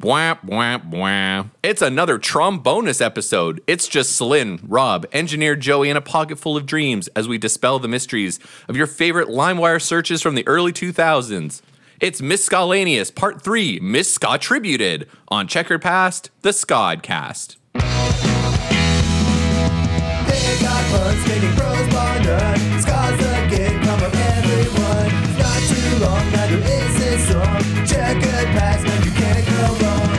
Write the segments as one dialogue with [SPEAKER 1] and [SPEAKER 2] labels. [SPEAKER 1] Wah, wah, wah. It's another Trom bonus episode. It's just Slynn, Rob, Engineer Joey, and a pocket full of dreams as we dispel the mysteries of your favorite LimeWire searches from the early 2000s. It's Miss Scalaneous, Part 3, Miss Scott Tributed, on Checkered Past, the Scodcast.
[SPEAKER 2] They got fun spinning pros by none. Scott's the gig come of everyone. Not too long, neither is this song. Check it past, man, you can't go wrong.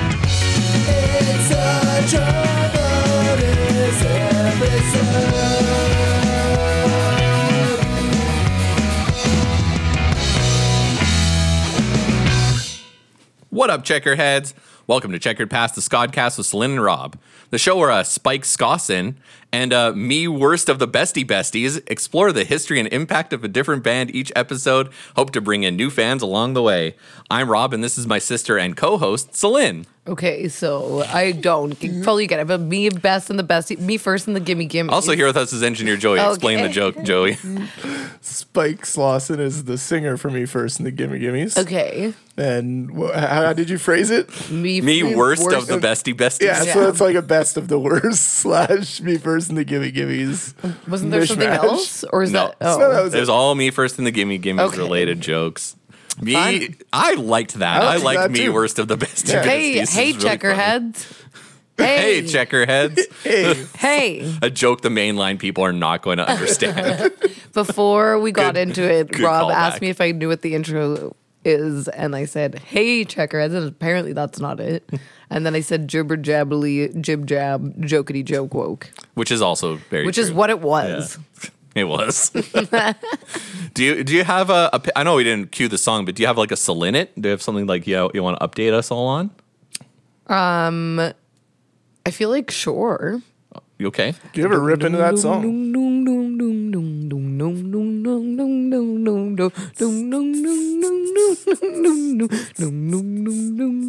[SPEAKER 2] It's such a bonus episode.
[SPEAKER 1] What up, checkerheads? Welcome to Checkered Past, the Scottcast with Celine and Rob, the show where uh, Spike Scosson and uh, me, worst of the bestie besties, explore the history and impact of a different band each episode, hope to bring in new fans along the way. I'm Rob, and this is my sister and co-host, Celine.
[SPEAKER 3] Okay, so I don't g- fully get it, but me best and the best, me first and the gimme gimme.
[SPEAKER 1] Also here with us is engineer Joey. Explain the
[SPEAKER 3] Okay.
[SPEAKER 1] joke, Joey.
[SPEAKER 4] Spike Slauson is the singer for me first in the Gimme Gimmes.
[SPEAKER 3] Okay,
[SPEAKER 4] And wh- how, how did you phrase it?
[SPEAKER 3] me,
[SPEAKER 1] Me, worst, of the
[SPEAKER 3] best.
[SPEAKER 1] bestie besties.
[SPEAKER 4] Yeah, so
[SPEAKER 3] Yeah.
[SPEAKER 4] that's like a best of the worst slash me first in the Gimme Gimmes.
[SPEAKER 3] Wasn't there something
[SPEAKER 4] mishmash.
[SPEAKER 3] else, or is
[SPEAKER 1] No.
[SPEAKER 3] that? Oh,
[SPEAKER 4] No, that was
[SPEAKER 1] It was
[SPEAKER 4] it.
[SPEAKER 1] all me first and the gimme gimme
[SPEAKER 3] Okay.
[SPEAKER 1] related jokes. Me,
[SPEAKER 4] Fun.
[SPEAKER 1] I liked that.
[SPEAKER 4] I
[SPEAKER 1] I,
[SPEAKER 4] liked
[SPEAKER 1] liked
[SPEAKER 4] that
[SPEAKER 1] me
[SPEAKER 4] too.
[SPEAKER 1] worst of the bestie
[SPEAKER 4] Yeah.
[SPEAKER 1] besties.
[SPEAKER 3] hey,
[SPEAKER 1] This
[SPEAKER 3] hey,
[SPEAKER 1] is really funny.
[SPEAKER 3] checkerheads.
[SPEAKER 1] Hey,
[SPEAKER 3] Hey,
[SPEAKER 1] checkerheads.
[SPEAKER 4] Hey,
[SPEAKER 3] hey.
[SPEAKER 1] a joke the mainline people are not going to understand.
[SPEAKER 3] Before we got
[SPEAKER 1] Good-
[SPEAKER 3] into it,
[SPEAKER 1] good
[SPEAKER 3] Rob
[SPEAKER 1] callback.
[SPEAKER 3] asked me if I knew what the intro is, and I said, "Hey, checkerheads," and apparently that's not it. And then I said, "Jibber jabbly, jib jab, jokety joke woke,"
[SPEAKER 1] which is also very
[SPEAKER 3] which is
[SPEAKER 1] true.
[SPEAKER 3] what it was.
[SPEAKER 1] it was. do you do you have a, a pi- I know we didn't cue the song, but do you have like a salinit? Do you have something like you, you want to update us all on?
[SPEAKER 3] I feel like sure.
[SPEAKER 1] You okay?
[SPEAKER 4] you ever rip into that song?
[SPEAKER 3] Dun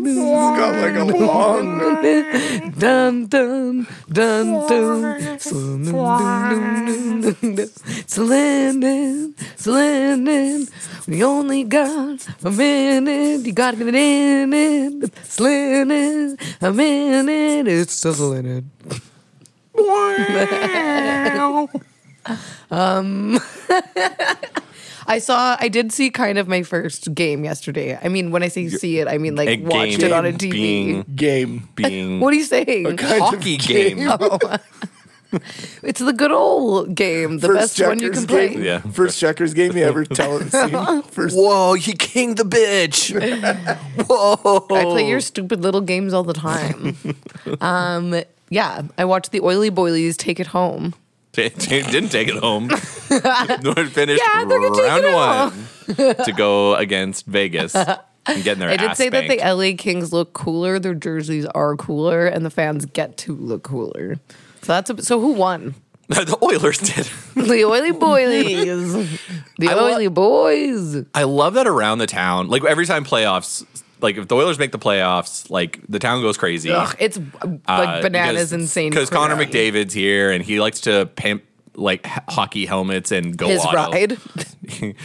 [SPEAKER 4] It's got like a long.
[SPEAKER 3] dun dun dun Slendon, Slendon, we only got a minute. You gotta get it in it. Slendon, a minute. It's just Slendon. Um, I saw, I did see kind of my first game yesterday. I mean, when I say see it, I mean like
[SPEAKER 1] A
[SPEAKER 3] watched
[SPEAKER 1] game
[SPEAKER 3] it on a TV.
[SPEAKER 1] Being,
[SPEAKER 4] Game.
[SPEAKER 1] being
[SPEAKER 3] What are you saying?
[SPEAKER 4] kind of
[SPEAKER 1] hockey game.
[SPEAKER 3] It's the good old game, the best one you can play.
[SPEAKER 4] game.
[SPEAKER 1] Yeah.
[SPEAKER 4] First checkers game you ever tell and seen. First
[SPEAKER 1] Whoa, you king the bitch.
[SPEAKER 3] I play your stupid little games all the time. um, yeah, I watched the Oily Boilies take it home.
[SPEAKER 1] Didn't take it home. North finished
[SPEAKER 3] Yeah, they're gonna take
[SPEAKER 1] round
[SPEAKER 3] it
[SPEAKER 1] one to go against Vegas and getting their
[SPEAKER 3] I did
[SPEAKER 1] ass
[SPEAKER 3] say
[SPEAKER 1] spanked.
[SPEAKER 3] that the LA Kings look cooler, their jerseys are cooler, and the fans get to look cooler. So that's a, so who won?
[SPEAKER 1] the Oilers did.
[SPEAKER 3] The Oily Boilies. The
[SPEAKER 1] lo-
[SPEAKER 3] Oily Boys.
[SPEAKER 1] I love that around the town, like every time playoffs, like if the Oilers make the playoffs, like the town goes crazy. Uh,
[SPEAKER 3] Ugh, it's like bananas, insane.
[SPEAKER 1] Because Connor
[SPEAKER 3] crap.
[SPEAKER 1] McDavid's here and he likes to pimp like h- hockey helmets and go
[SPEAKER 3] his
[SPEAKER 1] auto.
[SPEAKER 3] ride.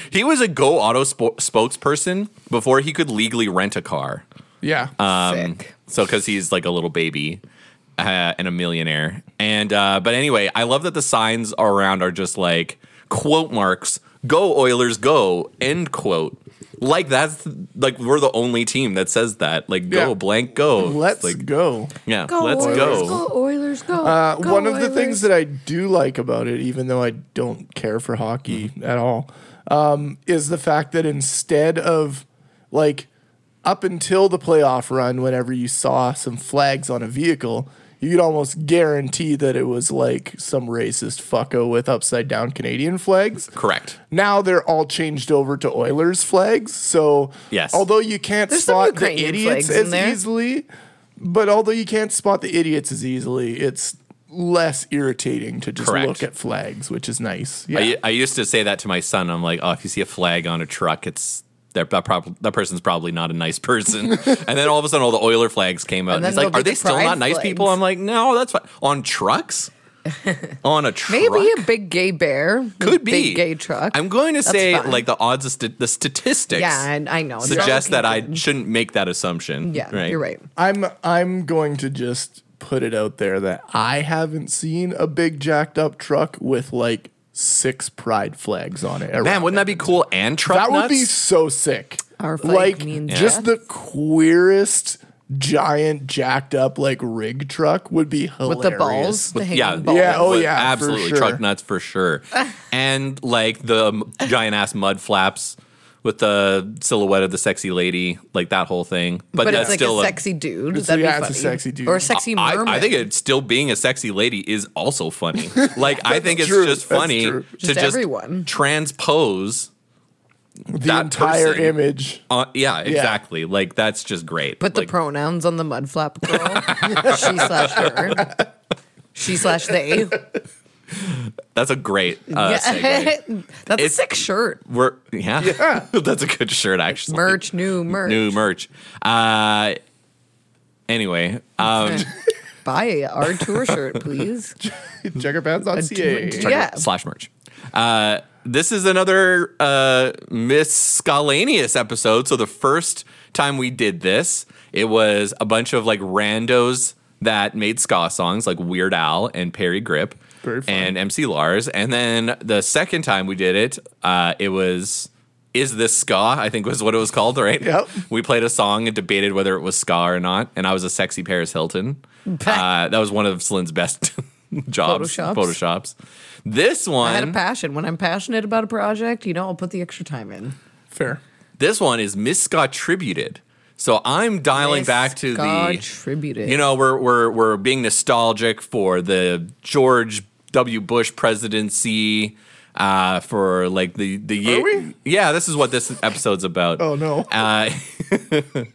[SPEAKER 1] He was a go auto spo- spokesperson before he could legally rent a car.
[SPEAKER 4] yeah.
[SPEAKER 1] Uh, Um,
[SPEAKER 3] Sick.
[SPEAKER 1] So because he's like a little baby uh, and a millionaire. And uh, but anyway, I love that the signs around are just like quote marks. Go Oilers, go! End quote. Like that's like we're the only team that says that. Like go
[SPEAKER 4] Yeah.
[SPEAKER 1] blank go.
[SPEAKER 4] Let's
[SPEAKER 1] like
[SPEAKER 4] go.
[SPEAKER 1] yeah. let's
[SPEAKER 3] Oilers,
[SPEAKER 1] go.
[SPEAKER 3] go. Oilers, go.
[SPEAKER 4] Uh,
[SPEAKER 3] Go,
[SPEAKER 4] one of the
[SPEAKER 3] Oilers.
[SPEAKER 4] things that I do like about it, even though I don't care for hockey
[SPEAKER 1] Mm-hmm.
[SPEAKER 4] at all, um, is the fact that instead of like up until the playoff run, whenever you saw some flags on a vehicle, you could almost guarantee that it was like some racist fucko with upside down Canadian flags.
[SPEAKER 1] Correct.
[SPEAKER 4] Now they're all changed over to Oilers flags. So
[SPEAKER 1] Yes.
[SPEAKER 4] although you can't
[SPEAKER 3] There's some
[SPEAKER 4] spot the
[SPEAKER 3] Ukrainian
[SPEAKER 4] idiots
[SPEAKER 3] flags in
[SPEAKER 4] as
[SPEAKER 3] there.
[SPEAKER 4] easily, but although you can't spot the idiots as easily, it's less irritating to just
[SPEAKER 1] Correct.
[SPEAKER 4] look at flags, which is nice. Yeah.
[SPEAKER 1] I, I used to say that to my son. I'm like, oh, if you see a flag on a truck, it's that that, prob- that person's probably not a nice person. and then all of a sudden, all the Oiler flags came out.
[SPEAKER 3] And
[SPEAKER 1] And he's
[SPEAKER 3] then
[SPEAKER 1] like,
[SPEAKER 3] there'll
[SPEAKER 1] are
[SPEAKER 3] be
[SPEAKER 1] they
[SPEAKER 3] the
[SPEAKER 1] still
[SPEAKER 3] pride
[SPEAKER 1] not nice people?
[SPEAKER 3] flags.
[SPEAKER 1] I'm like, no, that's fine. On trucks? on a truck.
[SPEAKER 5] Maybe a big gay bear. with
[SPEAKER 1] could be
[SPEAKER 5] Big gay truck.
[SPEAKER 1] I'm going to say
[SPEAKER 5] fine.
[SPEAKER 1] like the odds of st- the statistics
[SPEAKER 5] yeah, and I know.
[SPEAKER 1] suggest that
[SPEAKER 5] I.
[SPEAKER 1] I shouldn't make that assumption.
[SPEAKER 5] Yeah, you're right.
[SPEAKER 4] I'm I'm going to just put it out there that I haven't seen a big jacked up truck with like six pride flags on it.
[SPEAKER 1] Man,
[SPEAKER 4] around
[SPEAKER 1] wouldn't
[SPEAKER 4] it.
[SPEAKER 1] that be cool and truck
[SPEAKER 4] that would be
[SPEAKER 1] nuts?
[SPEAKER 4] so sick.
[SPEAKER 5] Our flag
[SPEAKER 4] like
[SPEAKER 5] means
[SPEAKER 4] just
[SPEAKER 5] death.
[SPEAKER 4] the queerest giant jacked up like rig truck would be hilarious.
[SPEAKER 5] With the balls, the hanging
[SPEAKER 1] yeah,
[SPEAKER 5] balls.
[SPEAKER 4] Yeah, oh,
[SPEAKER 1] would
[SPEAKER 4] yeah, for
[SPEAKER 1] absolutely
[SPEAKER 4] sure.
[SPEAKER 1] truck nuts for sure, and like the giant ass mud flaps with the silhouette of the sexy lady, like that whole thing. But,
[SPEAKER 5] But,
[SPEAKER 1] that's
[SPEAKER 5] it's like
[SPEAKER 1] still
[SPEAKER 5] a sexy dude.
[SPEAKER 4] It's-
[SPEAKER 5] That'd
[SPEAKER 4] yeah,
[SPEAKER 5] be
[SPEAKER 4] it's a
[SPEAKER 5] funny.
[SPEAKER 4] sexy dude.
[SPEAKER 5] Or a sexy
[SPEAKER 1] I,
[SPEAKER 5] mermaid.
[SPEAKER 1] I think it still being a sexy lady is also funny. Like I think it's
[SPEAKER 4] true,
[SPEAKER 1] just
[SPEAKER 4] that's
[SPEAKER 1] funny
[SPEAKER 4] true.
[SPEAKER 1] to
[SPEAKER 5] Just
[SPEAKER 1] just
[SPEAKER 5] everyone.
[SPEAKER 1] transpose.
[SPEAKER 4] the
[SPEAKER 1] that
[SPEAKER 4] entire
[SPEAKER 1] person.
[SPEAKER 4] image.
[SPEAKER 1] Uh, yeah, exactly. Like that's just great.
[SPEAKER 5] Put
[SPEAKER 1] Like,
[SPEAKER 5] the pronouns on the mudflap girl. she slash her. She slash they.
[SPEAKER 1] that's a great uh, segue.
[SPEAKER 5] That's a
[SPEAKER 1] It's-
[SPEAKER 5] sick shirt.
[SPEAKER 1] We're yeah, that's a good shirt actually.
[SPEAKER 5] Merch, new merch.
[SPEAKER 1] new merch. Uh, anyway, um,
[SPEAKER 5] Buy our tour shirt, please.
[SPEAKER 4] Checker pants on
[SPEAKER 5] dude.
[SPEAKER 4] CA.
[SPEAKER 1] check
[SPEAKER 5] Yeah.
[SPEAKER 1] it- slash merch. Uh, this is another uh, miscellaneous episode. So the first time we did this, it was a bunch of like randos that made ska songs, like Weird Al and Perry Grip
[SPEAKER 4] Very fun.
[SPEAKER 1] and MC Lars. And then the second time we did it, uh, it was. Is this ska? I think was what it was called, right?
[SPEAKER 4] Yep.
[SPEAKER 1] We played a song and debated whether it was ska or not, and I was a sexy Paris Hilton. uh, that was one of Slynn's best jobs.
[SPEAKER 5] Photoshops.
[SPEAKER 1] Photoshops. This
[SPEAKER 5] I had a
[SPEAKER 1] one,
[SPEAKER 5] passion. When I'm passionate about a project, you know, I'll put the extra time in.
[SPEAKER 4] Fair.
[SPEAKER 1] this one is Miss Scott tributed. So I'm dialing back to the,
[SPEAKER 5] contributed.
[SPEAKER 1] you know, we're we're we're being nostalgic for the George W. Bush presidency, uh, for like the the
[SPEAKER 4] Are we?
[SPEAKER 1] yeah. This is what this episode's about.
[SPEAKER 4] Oh no.
[SPEAKER 1] Uh,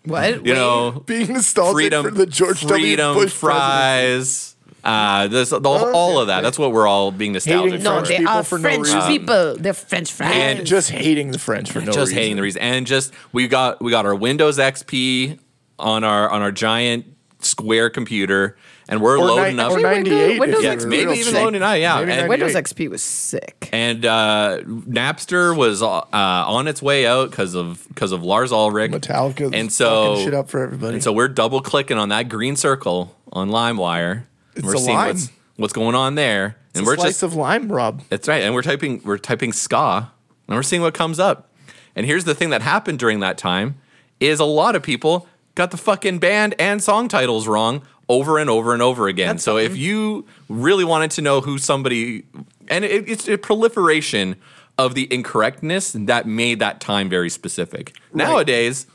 [SPEAKER 5] what?
[SPEAKER 1] you know,
[SPEAKER 4] Being nostalgic
[SPEAKER 1] freedom,
[SPEAKER 4] for the George
[SPEAKER 1] freedom
[SPEAKER 4] W. Bush presidency.
[SPEAKER 1] fries. Uh, this, the, all of that. That's what we're all being nostalgic for.
[SPEAKER 4] Hating
[SPEAKER 5] no,
[SPEAKER 4] French
[SPEAKER 5] they
[SPEAKER 4] people
[SPEAKER 5] are
[SPEAKER 4] for no
[SPEAKER 5] French
[SPEAKER 4] reason.
[SPEAKER 5] people. They're French fries.
[SPEAKER 1] And-
[SPEAKER 4] Just hating the French for no
[SPEAKER 1] just
[SPEAKER 4] reason.
[SPEAKER 1] hating the reason and just we got we got our windows xp on our on our giant square computer and we're
[SPEAKER 4] Or,
[SPEAKER 1] loading
[SPEAKER 4] ni-
[SPEAKER 1] up
[SPEAKER 4] or
[SPEAKER 5] Wait, wait,
[SPEAKER 4] 98. if
[SPEAKER 5] Windows
[SPEAKER 4] you're
[SPEAKER 1] yeah,
[SPEAKER 5] XP.
[SPEAKER 1] maybe
[SPEAKER 4] real
[SPEAKER 1] even
[SPEAKER 4] sick.
[SPEAKER 1] loading out yeah
[SPEAKER 4] Maybe
[SPEAKER 1] and,
[SPEAKER 4] 98.
[SPEAKER 5] Windows XP was sick.
[SPEAKER 1] and uh, napster was uh, on its way out because of because of lars ulrich
[SPEAKER 4] Metallica
[SPEAKER 1] and so
[SPEAKER 4] shit up for everybody.
[SPEAKER 1] and so we're double clicking on that green circle on limewire and
[SPEAKER 4] It's
[SPEAKER 1] we're
[SPEAKER 4] a
[SPEAKER 1] seeing
[SPEAKER 4] lime.
[SPEAKER 1] what's what's going on there and
[SPEAKER 4] It's a
[SPEAKER 1] we're
[SPEAKER 4] slice
[SPEAKER 1] just
[SPEAKER 4] of lime, Rob.
[SPEAKER 1] That's right. And we're typing we're typing ska and we're seeing what comes up. And here's the thing that happened during that time is a lot of people got the fucking band and song titles wrong over and over and over again. so if you really wanted to know who somebody and it, it's a proliferation of the incorrectness that made that time very specific. Nowadays,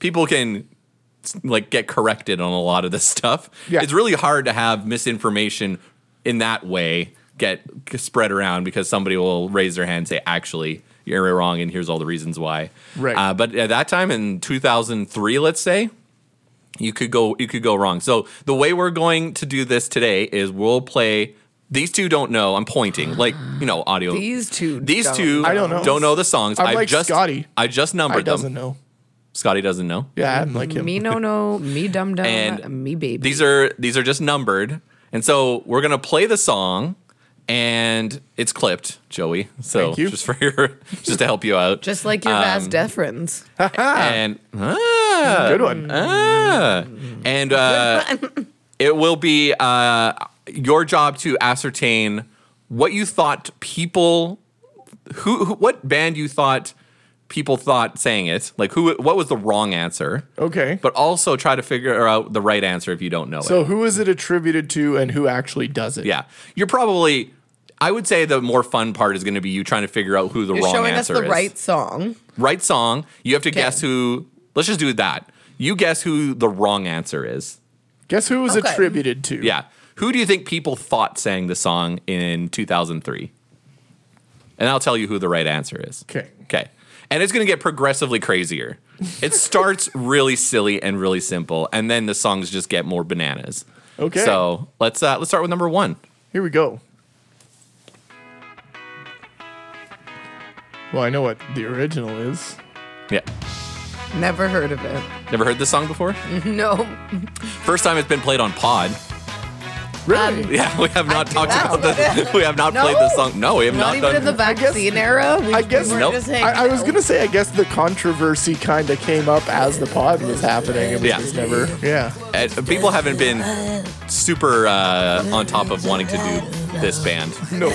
[SPEAKER 1] people can like get corrected on a lot of this stuff.
[SPEAKER 4] Yeah.
[SPEAKER 1] It's really hard to have misinformation in that way get spread around because somebody will raise their hand and say, actually, you're wrong, and here's all the reasons why.
[SPEAKER 4] Right.
[SPEAKER 1] Uh, but at that time in 2003, let's say, you could go you could go wrong. So the way we're going to do this today is we'll play. These two don't know. I'm pointing, like you know, audio.
[SPEAKER 5] These two
[SPEAKER 1] These
[SPEAKER 5] don't
[SPEAKER 1] two
[SPEAKER 4] I don't know.
[SPEAKER 1] the songs.
[SPEAKER 4] I'm
[SPEAKER 1] I've
[SPEAKER 4] like
[SPEAKER 1] just
[SPEAKER 4] Scotty.
[SPEAKER 1] I just
[SPEAKER 4] I
[SPEAKER 1] numbered
[SPEAKER 4] doesn't
[SPEAKER 1] them.
[SPEAKER 4] know.
[SPEAKER 1] Scotty doesn't know.
[SPEAKER 4] Yeah, I'm like him.
[SPEAKER 5] Me no no, me dum dum,
[SPEAKER 1] And
[SPEAKER 5] me baby.
[SPEAKER 1] These are these are just numbered, and so we're gonna play the song, and it's clipped, Joey. So
[SPEAKER 4] Thank you.
[SPEAKER 1] just for your just to help you out,
[SPEAKER 5] just like your
[SPEAKER 1] um,
[SPEAKER 5] vast deference.
[SPEAKER 1] and ah,
[SPEAKER 4] Good
[SPEAKER 5] Mm.
[SPEAKER 4] one.
[SPEAKER 1] ah, and uh, it will be uh, your job to ascertain what you thought people who, who what band you thought people thought sang it like who what was the wrong answer
[SPEAKER 4] Okay.
[SPEAKER 1] but also try to figure out the right answer if you don't know it
[SPEAKER 4] so who is it attributed to and who actually does it?
[SPEAKER 1] Yeah. You're probably I would say the more fun part is going to be you trying to figure out who the
[SPEAKER 5] You're
[SPEAKER 1] wrong
[SPEAKER 5] showing us
[SPEAKER 1] answer
[SPEAKER 5] the
[SPEAKER 1] is.
[SPEAKER 5] right song.
[SPEAKER 1] Right song. You have to guess who Let's just do that. You guess who the wrong answer is.
[SPEAKER 4] Guess who was
[SPEAKER 5] Okay.
[SPEAKER 4] attributed to?
[SPEAKER 1] Yeah. Who do you think people thought sang the song in 2003? And I'll tell you who the right answer is.
[SPEAKER 4] Okay.
[SPEAKER 1] Okay. And it's going to get progressively crazier. It starts really silly and really simple and then the songs just get more bananas.
[SPEAKER 4] Okay.
[SPEAKER 1] So, let's uh let's start with number 1.
[SPEAKER 4] Here we go. Well, I know what the original is.
[SPEAKER 1] Yeah.
[SPEAKER 5] Never heard of it.
[SPEAKER 1] Never heard this song before?
[SPEAKER 5] No.
[SPEAKER 1] First time it's been played on Pod.
[SPEAKER 4] Really?
[SPEAKER 1] Yeah, we have not
[SPEAKER 3] I-
[SPEAKER 1] talked
[SPEAKER 3] that's
[SPEAKER 1] about this. We have not
[SPEAKER 3] No.
[SPEAKER 1] played this song. No, we have
[SPEAKER 3] Not
[SPEAKER 1] not,
[SPEAKER 3] even
[SPEAKER 1] done.
[SPEAKER 3] in the vaccine era. We,
[SPEAKER 4] I guess-
[SPEAKER 3] we
[SPEAKER 1] Nope.
[SPEAKER 4] I, I was gonna say, I guess the controversy kind of came up as the pod was happening. It was
[SPEAKER 1] Yeah.
[SPEAKER 4] just never, yeah.
[SPEAKER 1] and people haven't been super uh, on top of wanting to do this band.
[SPEAKER 4] No,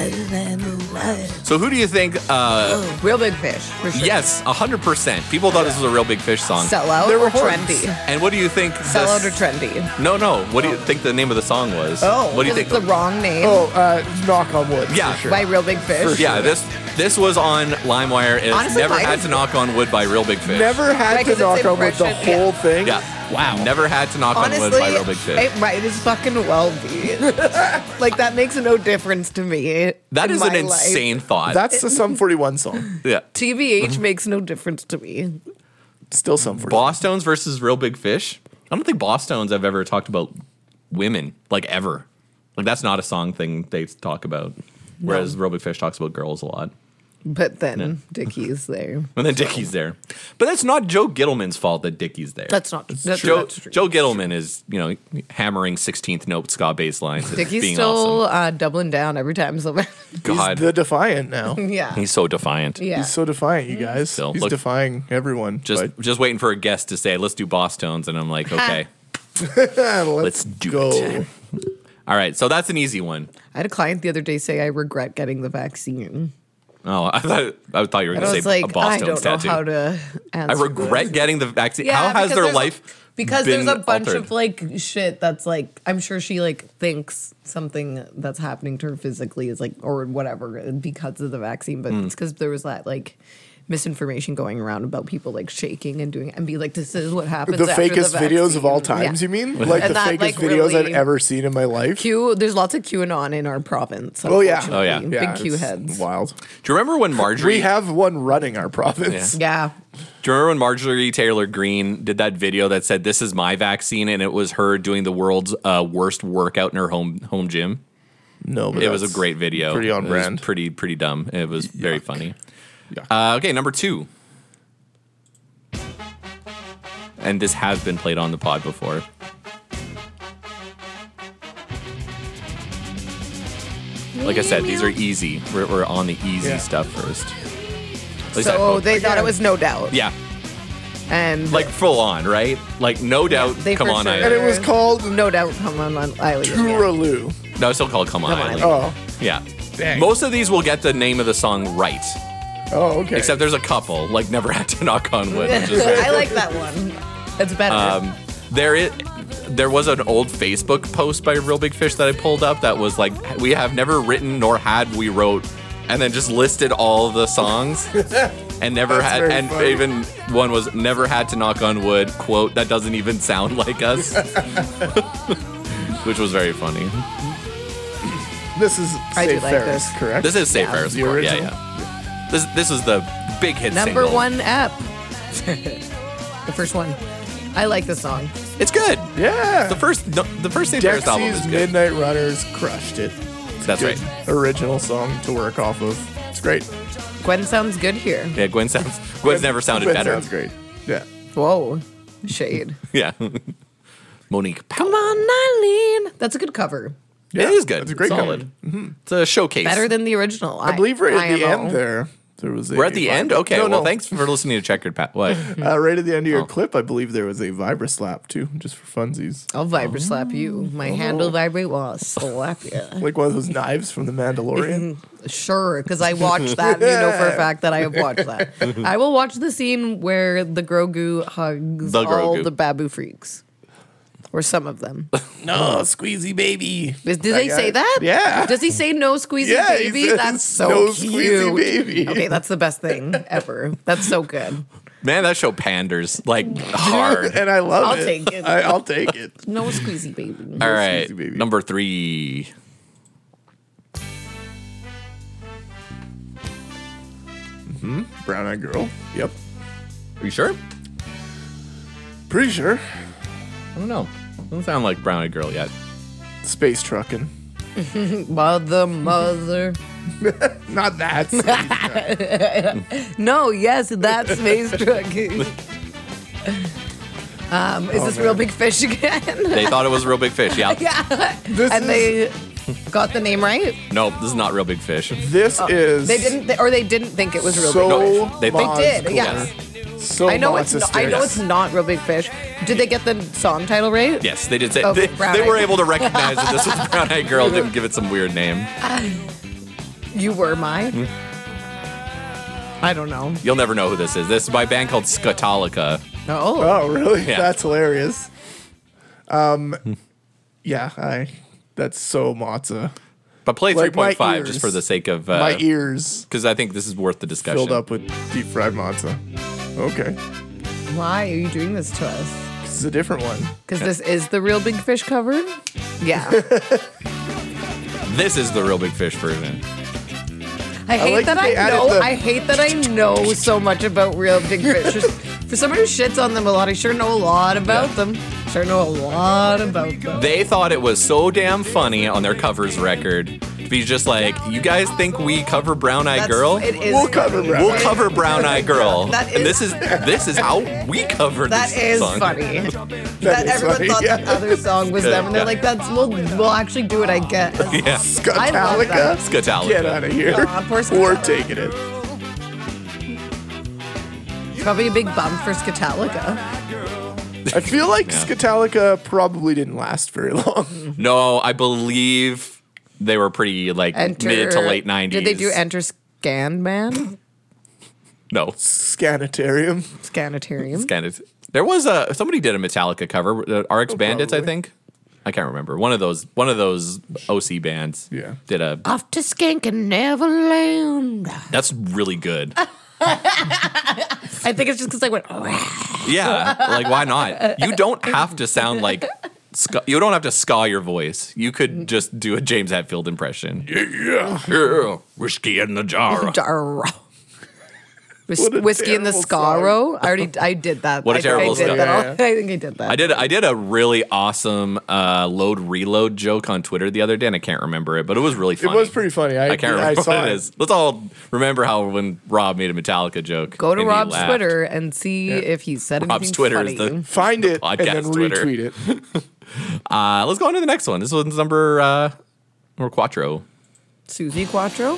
[SPEAKER 1] So who do you think? Uh,
[SPEAKER 3] Real big fish. For sure.
[SPEAKER 1] yes, hundred percent. People thought this was a real big fish song.
[SPEAKER 3] Sellout
[SPEAKER 4] There were
[SPEAKER 3] or
[SPEAKER 4] horns.
[SPEAKER 3] trendy.
[SPEAKER 1] And what do you think?
[SPEAKER 3] Sellout
[SPEAKER 1] this-
[SPEAKER 3] or trendy.
[SPEAKER 1] No, no. What do you think the name of the song was?
[SPEAKER 3] Oh,
[SPEAKER 1] what do you
[SPEAKER 3] because
[SPEAKER 1] think?
[SPEAKER 3] it's the wrong name.
[SPEAKER 4] oh, uh, knock on wood.
[SPEAKER 1] Yeah.
[SPEAKER 4] for sure.
[SPEAKER 3] By Real Big Fish.
[SPEAKER 1] yeah, this this was on LimeWire. It's
[SPEAKER 3] Honestly,
[SPEAKER 1] never
[SPEAKER 3] mine
[SPEAKER 1] had
[SPEAKER 3] is-
[SPEAKER 1] to knock on wood by Real Big Fish.
[SPEAKER 4] never had
[SPEAKER 3] Right,
[SPEAKER 4] to
[SPEAKER 3] 'cause it's
[SPEAKER 4] knock on wood the
[SPEAKER 3] impression- yeah.
[SPEAKER 4] whole thing.
[SPEAKER 1] Yeah. Wow. Never had to knock on wood
[SPEAKER 3] Honestly,
[SPEAKER 1] by Real Big Fish.
[SPEAKER 3] it might as fucking well be. like that makes no difference to me.
[SPEAKER 1] that
[SPEAKER 3] in
[SPEAKER 1] is an
[SPEAKER 3] my life.
[SPEAKER 1] insane thought.
[SPEAKER 4] That's the Sum 41 song.
[SPEAKER 1] yeah.
[SPEAKER 3] TBH makes no difference to me.
[SPEAKER 4] Still Sum 41.
[SPEAKER 1] Boston's versus Real Big Fish. I don't think Boston's I've ever talked about women like ever. Like that's not a song thing they talk about. Whereas Real Big Fish talks about girls a lot.
[SPEAKER 3] But then Dickie's there.
[SPEAKER 1] And then Dickie's there, but that's not Joe Gittleman's fault that Dickie's there.
[SPEAKER 3] That's not that's
[SPEAKER 1] Joe,
[SPEAKER 3] Not true.
[SPEAKER 1] Joe Gittleman is, you know, hammering 16th note ska bass lines. and
[SPEAKER 3] Dickie's
[SPEAKER 1] being
[SPEAKER 3] still
[SPEAKER 1] awesome.
[SPEAKER 3] uh, doubling down every time someone.
[SPEAKER 1] Oh, God.
[SPEAKER 4] He's the Defiant now.
[SPEAKER 3] yeah.
[SPEAKER 1] He's so defiant.
[SPEAKER 3] yeah.
[SPEAKER 4] He's so defiant, you guys.
[SPEAKER 1] Still,
[SPEAKER 4] He's
[SPEAKER 1] look-
[SPEAKER 4] defying everyone.
[SPEAKER 1] Just
[SPEAKER 4] but-
[SPEAKER 1] just waiting for a guest to say, let's do boss tones. And I'm like, okay,
[SPEAKER 4] Yeah,
[SPEAKER 1] let's do
[SPEAKER 4] go.
[SPEAKER 1] it. All right. So that's an easy one.
[SPEAKER 3] I had a client the other day say I regret getting the vaccine.
[SPEAKER 1] Oh, I thought I thought you were
[SPEAKER 3] And
[SPEAKER 1] going
[SPEAKER 3] I
[SPEAKER 1] to
[SPEAKER 3] was
[SPEAKER 1] say
[SPEAKER 3] like,
[SPEAKER 1] a boss
[SPEAKER 3] I
[SPEAKER 1] tones
[SPEAKER 3] don't
[SPEAKER 1] tattoo.
[SPEAKER 3] know how to answer.
[SPEAKER 1] I regret getting the vaccine. how has
[SPEAKER 3] because
[SPEAKER 1] their
[SPEAKER 3] there's a-
[SPEAKER 1] life
[SPEAKER 3] because there's
[SPEAKER 1] been
[SPEAKER 3] a bunch
[SPEAKER 1] altered?
[SPEAKER 3] of like shit that's like I'm sure she like thinks something that's happening to her physically is like or whatever because of the vaccine, but
[SPEAKER 1] Hmm.
[SPEAKER 3] it's because there was that like misinformation going around about people like shaking and doing and be like this is what happens
[SPEAKER 4] The
[SPEAKER 3] after
[SPEAKER 4] fakest
[SPEAKER 3] the
[SPEAKER 4] videos of all
[SPEAKER 3] vaccine.
[SPEAKER 4] times,
[SPEAKER 3] Yeah.
[SPEAKER 4] you mean? Like
[SPEAKER 3] And
[SPEAKER 4] the
[SPEAKER 3] that,
[SPEAKER 4] fakest
[SPEAKER 3] like,
[SPEAKER 4] videos I've
[SPEAKER 3] really-
[SPEAKER 4] ever seen in my life.
[SPEAKER 3] Q there's lots of QAnon in our province.
[SPEAKER 4] Oh, yeah.
[SPEAKER 3] unfortunately.
[SPEAKER 1] Oh, yeah.
[SPEAKER 3] Big
[SPEAKER 4] Yeah,
[SPEAKER 3] Q
[SPEAKER 4] it's
[SPEAKER 3] heads.
[SPEAKER 4] Wild.
[SPEAKER 1] Do you remember when Marjorie?
[SPEAKER 4] We have one running our province.
[SPEAKER 3] Yeah.
[SPEAKER 1] Do you remember when Marjorie Taylor Greene did that video that said "This is my vaccine" and it was her doing the world's uh, worst workout in her home home gym?
[SPEAKER 4] No, but
[SPEAKER 1] It was a
[SPEAKER 4] that's
[SPEAKER 1] great video.
[SPEAKER 4] Pretty on
[SPEAKER 1] It was
[SPEAKER 4] brand.
[SPEAKER 1] pretty pretty dumb. It was very funny.
[SPEAKER 4] Yuck.
[SPEAKER 1] Uh, okay, number two. And this has been played on the pod before. Like I said, these are easy. We're, we're on the easy
[SPEAKER 4] Yeah.
[SPEAKER 1] stuff first. At least I
[SPEAKER 3] So
[SPEAKER 1] hope.
[SPEAKER 3] they thought it was no doubt.
[SPEAKER 1] yeah,
[SPEAKER 3] And
[SPEAKER 1] like full on, right? Like no doubt.
[SPEAKER 3] they
[SPEAKER 1] come
[SPEAKER 3] for
[SPEAKER 1] on,
[SPEAKER 3] sure-
[SPEAKER 1] Island.
[SPEAKER 4] and it was called
[SPEAKER 3] no doubt come on on Island. yeah.
[SPEAKER 4] Tooraloo.
[SPEAKER 1] No, it's still called Come On
[SPEAKER 3] Come on
[SPEAKER 1] Island.
[SPEAKER 3] Island.
[SPEAKER 4] Oh,
[SPEAKER 1] Yeah.
[SPEAKER 4] Dang.
[SPEAKER 1] Most of these will get the name of the song right,
[SPEAKER 4] oh, okay.
[SPEAKER 1] except there's a couple like Never Had to Knock on Wood. Which is,
[SPEAKER 3] I like that one. It's better.
[SPEAKER 1] um, there is. There was an old Facebook post by Real Big Fish that I pulled up that was like, "We have never written nor had we wrote," and then just listed all the songs and never
[SPEAKER 4] That's
[SPEAKER 1] had,
[SPEAKER 4] very
[SPEAKER 1] and
[SPEAKER 4] funny.
[SPEAKER 1] even one was "Never Had to Knock on Wood." Quote that doesn't even sound like us, which was very funny.
[SPEAKER 4] this is
[SPEAKER 3] I do
[SPEAKER 4] Safe
[SPEAKER 3] like
[SPEAKER 4] Ferris,
[SPEAKER 3] this.
[SPEAKER 4] correct?
[SPEAKER 1] This is Safe
[SPEAKER 4] Yeah,
[SPEAKER 1] Airs.
[SPEAKER 4] the
[SPEAKER 1] Yeah,
[SPEAKER 4] original.
[SPEAKER 1] yeah. This this was the big hit
[SPEAKER 3] Number
[SPEAKER 1] single.
[SPEAKER 3] one app. the first one. I like this song.
[SPEAKER 1] It's good.
[SPEAKER 4] Yeah.
[SPEAKER 1] The first the, the first Safe Airs album is
[SPEAKER 4] Dexy's
[SPEAKER 1] good.
[SPEAKER 4] Midnight Runners crushed it. It's
[SPEAKER 1] That's
[SPEAKER 4] a
[SPEAKER 1] right.
[SPEAKER 4] good Original song to work off of. It's great.
[SPEAKER 3] Gwen sounds good here.
[SPEAKER 1] Yeah, Gwen sounds Gwen's never sounded
[SPEAKER 4] That
[SPEAKER 1] better.
[SPEAKER 4] Sounds great. Yeah.
[SPEAKER 3] Whoa. Shade.
[SPEAKER 1] Yeah. Monique Powell.
[SPEAKER 3] Come on, Eileen. That's a good cover.
[SPEAKER 4] Yeah,
[SPEAKER 1] it is good.
[SPEAKER 4] that's a great
[SPEAKER 1] It's solid. It's a showcase.
[SPEAKER 3] Better than the original.
[SPEAKER 4] I believe right at the
[SPEAKER 3] IMO.
[SPEAKER 4] end there. There was a
[SPEAKER 1] We're at the end. Okay.
[SPEAKER 4] No,
[SPEAKER 1] well, Oh.
[SPEAKER 4] no.
[SPEAKER 1] thanks for listening to Checkered Pat. What?
[SPEAKER 4] Uh, right at the end of your clip, I believe there was a vibra slap too, just for funsies.
[SPEAKER 3] I'll vibra slap you. My
[SPEAKER 4] Oh.
[SPEAKER 3] handle vibrate while I'll slap you.
[SPEAKER 4] Like one of those knives from The Mandalorian.
[SPEAKER 3] Sure, because I watched that. and You know for a fact that I have watched that. I will watch the scene where the Grogu hugs
[SPEAKER 1] The
[SPEAKER 3] all
[SPEAKER 1] Grogu.
[SPEAKER 3] the Babu freaks, or some of them.
[SPEAKER 4] no, squeezy baby.
[SPEAKER 3] Is- Do they
[SPEAKER 4] guy.
[SPEAKER 3] say that?
[SPEAKER 4] uh, Yeah.
[SPEAKER 3] Does he say no squeezy
[SPEAKER 4] Yeah, he
[SPEAKER 3] baby?
[SPEAKER 4] says,
[SPEAKER 3] that's so
[SPEAKER 4] "No squeezy
[SPEAKER 3] cute.
[SPEAKER 4] baby.
[SPEAKER 3] Okay, that's the best thing ever. That's so good.
[SPEAKER 1] Man, that show panders like hard.
[SPEAKER 4] And I love
[SPEAKER 3] I'll
[SPEAKER 4] it.
[SPEAKER 3] take it.
[SPEAKER 4] I, I'll take it.
[SPEAKER 3] No squeezy baby.
[SPEAKER 1] All right.
[SPEAKER 4] Susie Baby.
[SPEAKER 1] Number three.
[SPEAKER 4] Brown eyed girl. Yep.
[SPEAKER 1] Are you sure?
[SPEAKER 4] Pretty sure.
[SPEAKER 1] I don't know. Doesn't sound like Brown Eyed Girl yet.
[SPEAKER 4] Space trucking.
[SPEAKER 3] Mother, mother.
[SPEAKER 4] Not that.
[SPEAKER 3] No, yes, that's space trucking. Um, is this real big fish again?
[SPEAKER 1] They thought it was real big fish. Yeah.
[SPEAKER 3] yeah. and they got the name right.
[SPEAKER 1] No, this is not real big fish.
[SPEAKER 4] This is
[SPEAKER 3] Oh, They didn't, or they didn't think it was real
[SPEAKER 4] so
[SPEAKER 3] big fish.
[SPEAKER 1] Big Fish. They think-
[SPEAKER 3] They did,
[SPEAKER 4] Mons
[SPEAKER 3] yeah.
[SPEAKER 4] cooler. So
[SPEAKER 3] I know it's
[SPEAKER 4] Mons
[SPEAKER 3] not, I know
[SPEAKER 4] hysteria.
[SPEAKER 3] it's not real big fish. Did they get the song title right?
[SPEAKER 1] Yes, they did say
[SPEAKER 3] Okay,
[SPEAKER 1] they,
[SPEAKER 3] Brown
[SPEAKER 1] they
[SPEAKER 3] Eyed
[SPEAKER 1] were
[SPEAKER 3] Girl.
[SPEAKER 1] able to recognize that this was Brown Eyed Girl. Didn't give it some weird name.
[SPEAKER 3] You were mine. I don't know.
[SPEAKER 1] You'll never know who this is. This is by a band called Scatolica.
[SPEAKER 3] Oh,
[SPEAKER 4] Oh, really?
[SPEAKER 1] Yeah. Hmm.
[SPEAKER 4] That's hilarious. Um, yeah, I. That's so matzah.
[SPEAKER 1] But play
[SPEAKER 4] Like my
[SPEAKER 1] 3.5 just
[SPEAKER 4] ears.
[SPEAKER 1] for the sake of
[SPEAKER 4] My
[SPEAKER 1] because
[SPEAKER 4] ears
[SPEAKER 1] I think this is worth the discussion.
[SPEAKER 4] filled up with deep fried matzah. Okay,
[SPEAKER 3] why are you doing this to us?
[SPEAKER 4] this is a different one.
[SPEAKER 3] Because this is the real big fish cover? uh, Yeah.
[SPEAKER 1] This is the real big fish version.
[SPEAKER 3] I hate
[SPEAKER 4] like
[SPEAKER 3] that
[SPEAKER 4] that they
[SPEAKER 3] I
[SPEAKER 4] added
[SPEAKER 3] know.
[SPEAKER 4] the-
[SPEAKER 3] I hate that I know so much about real big fish. Just For someone who shits on them a lot, I sure know a lot about
[SPEAKER 1] Yeah.
[SPEAKER 3] them. Sure know a lot about them.
[SPEAKER 1] They thought it was so damn funny on their covers record to be just like, you guys think we cover Brown Eyed
[SPEAKER 3] That's-
[SPEAKER 1] Girl?
[SPEAKER 3] It is,
[SPEAKER 4] We'll cover brown.
[SPEAKER 1] we'll cover Brown Eyed Girl.
[SPEAKER 3] That
[SPEAKER 1] and
[SPEAKER 3] is-
[SPEAKER 1] this is this is how we covered
[SPEAKER 3] That
[SPEAKER 1] this
[SPEAKER 3] is
[SPEAKER 1] song.
[SPEAKER 3] funny.
[SPEAKER 4] That
[SPEAKER 3] that
[SPEAKER 4] is
[SPEAKER 3] everyone
[SPEAKER 4] funny,
[SPEAKER 3] thought
[SPEAKER 4] yeah.
[SPEAKER 3] the other song was them, and they're
[SPEAKER 1] Yeah.
[SPEAKER 3] like, "That's we'll we'll actually do it." I guess.
[SPEAKER 1] Yeah.
[SPEAKER 3] I love
[SPEAKER 4] Scatalica,
[SPEAKER 3] that.
[SPEAKER 1] Scatolica.
[SPEAKER 4] get out of here.
[SPEAKER 3] Aw, poor
[SPEAKER 4] We're
[SPEAKER 3] Scatolica.
[SPEAKER 4] taking it.
[SPEAKER 3] Probably a big bump for Scatalica.
[SPEAKER 4] I feel like
[SPEAKER 1] Yeah.
[SPEAKER 4] Scatalica probably didn't last very
[SPEAKER 3] Mm.
[SPEAKER 4] long.
[SPEAKER 1] No, I believe they were pretty like
[SPEAKER 3] Enter
[SPEAKER 1] mid to late 90s.
[SPEAKER 3] Did they do Enter Scanman?
[SPEAKER 1] No.
[SPEAKER 4] Scanitarium.
[SPEAKER 3] Scanitarium.
[SPEAKER 1] Kind of. There was a somebody did a Metallica cover, uh, RX Bandits, I
[SPEAKER 4] Oh, probably.
[SPEAKER 1] think. I can't remember. One of those one of those OC bands
[SPEAKER 4] Yeah.
[SPEAKER 1] did a
[SPEAKER 3] Off to Skank and Neverland.
[SPEAKER 1] That's really good.
[SPEAKER 3] I think it's just because I went. "Wah."
[SPEAKER 1] Yeah, like why not? You don't have to sound like ska, you don't have to ska your voice. You could just do a James Hetfield impression. Yeah, yeah, whiskey in the jar.
[SPEAKER 3] Darr. Whis-
[SPEAKER 4] What a
[SPEAKER 3] Whiskey in the
[SPEAKER 4] terrible
[SPEAKER 3] Scarrow. I already I did that.
[SPEAKER 1] What a
[SPEAKER 3] I think I
[SPEAKER 1] terrible
[SPEAKER 3] did
[SPEAKER 1] song.
[SPEAKER 3] that. I think I did that.
[SPEAKER 1] I did I did a really awesome uh, load reload joke on Twitter the other day, and I can't remember it, but it was really
[SPEAKER 4] It
[SPEAKER 1] funny.
[SPEAKER 4] was pretty funny. I,
[SPEAKER 1] I can't remember
[SPEAKER 4] I
[SPEAKER 1] what
[SPEAKER 4] saw
[SPEAKER 1] it
[SPEAKER 4] it.
[SPEAKER 1] is. Let's all remember how when Rob made a Metallica joke.
[SPEAKER 3] Go
[SPEAKER 1] and
[SPEAKER 3] to
[SPEAKER 1] he
[SPEAKER 3] Rob's
[SPEAKER 1] laughed.
[SPEAKER 3] Twitter and see if he said anything
[SPEAKER 1] Rob's Twitter
[SPEAKER 3] funny.
[SPEAKER 1] is the.
[SPEAKER 4] Find it
[SPEAKER 1] podcast
[SPEAKER 4] and then
[SPEAKER 1] Twitter.
[SPEAKER 4] retweet it.
[SPEAKER 1] Uh, let's go on to the next one. This one's number uh, number quattro.
[SPEAKER 3] Susie Quattro.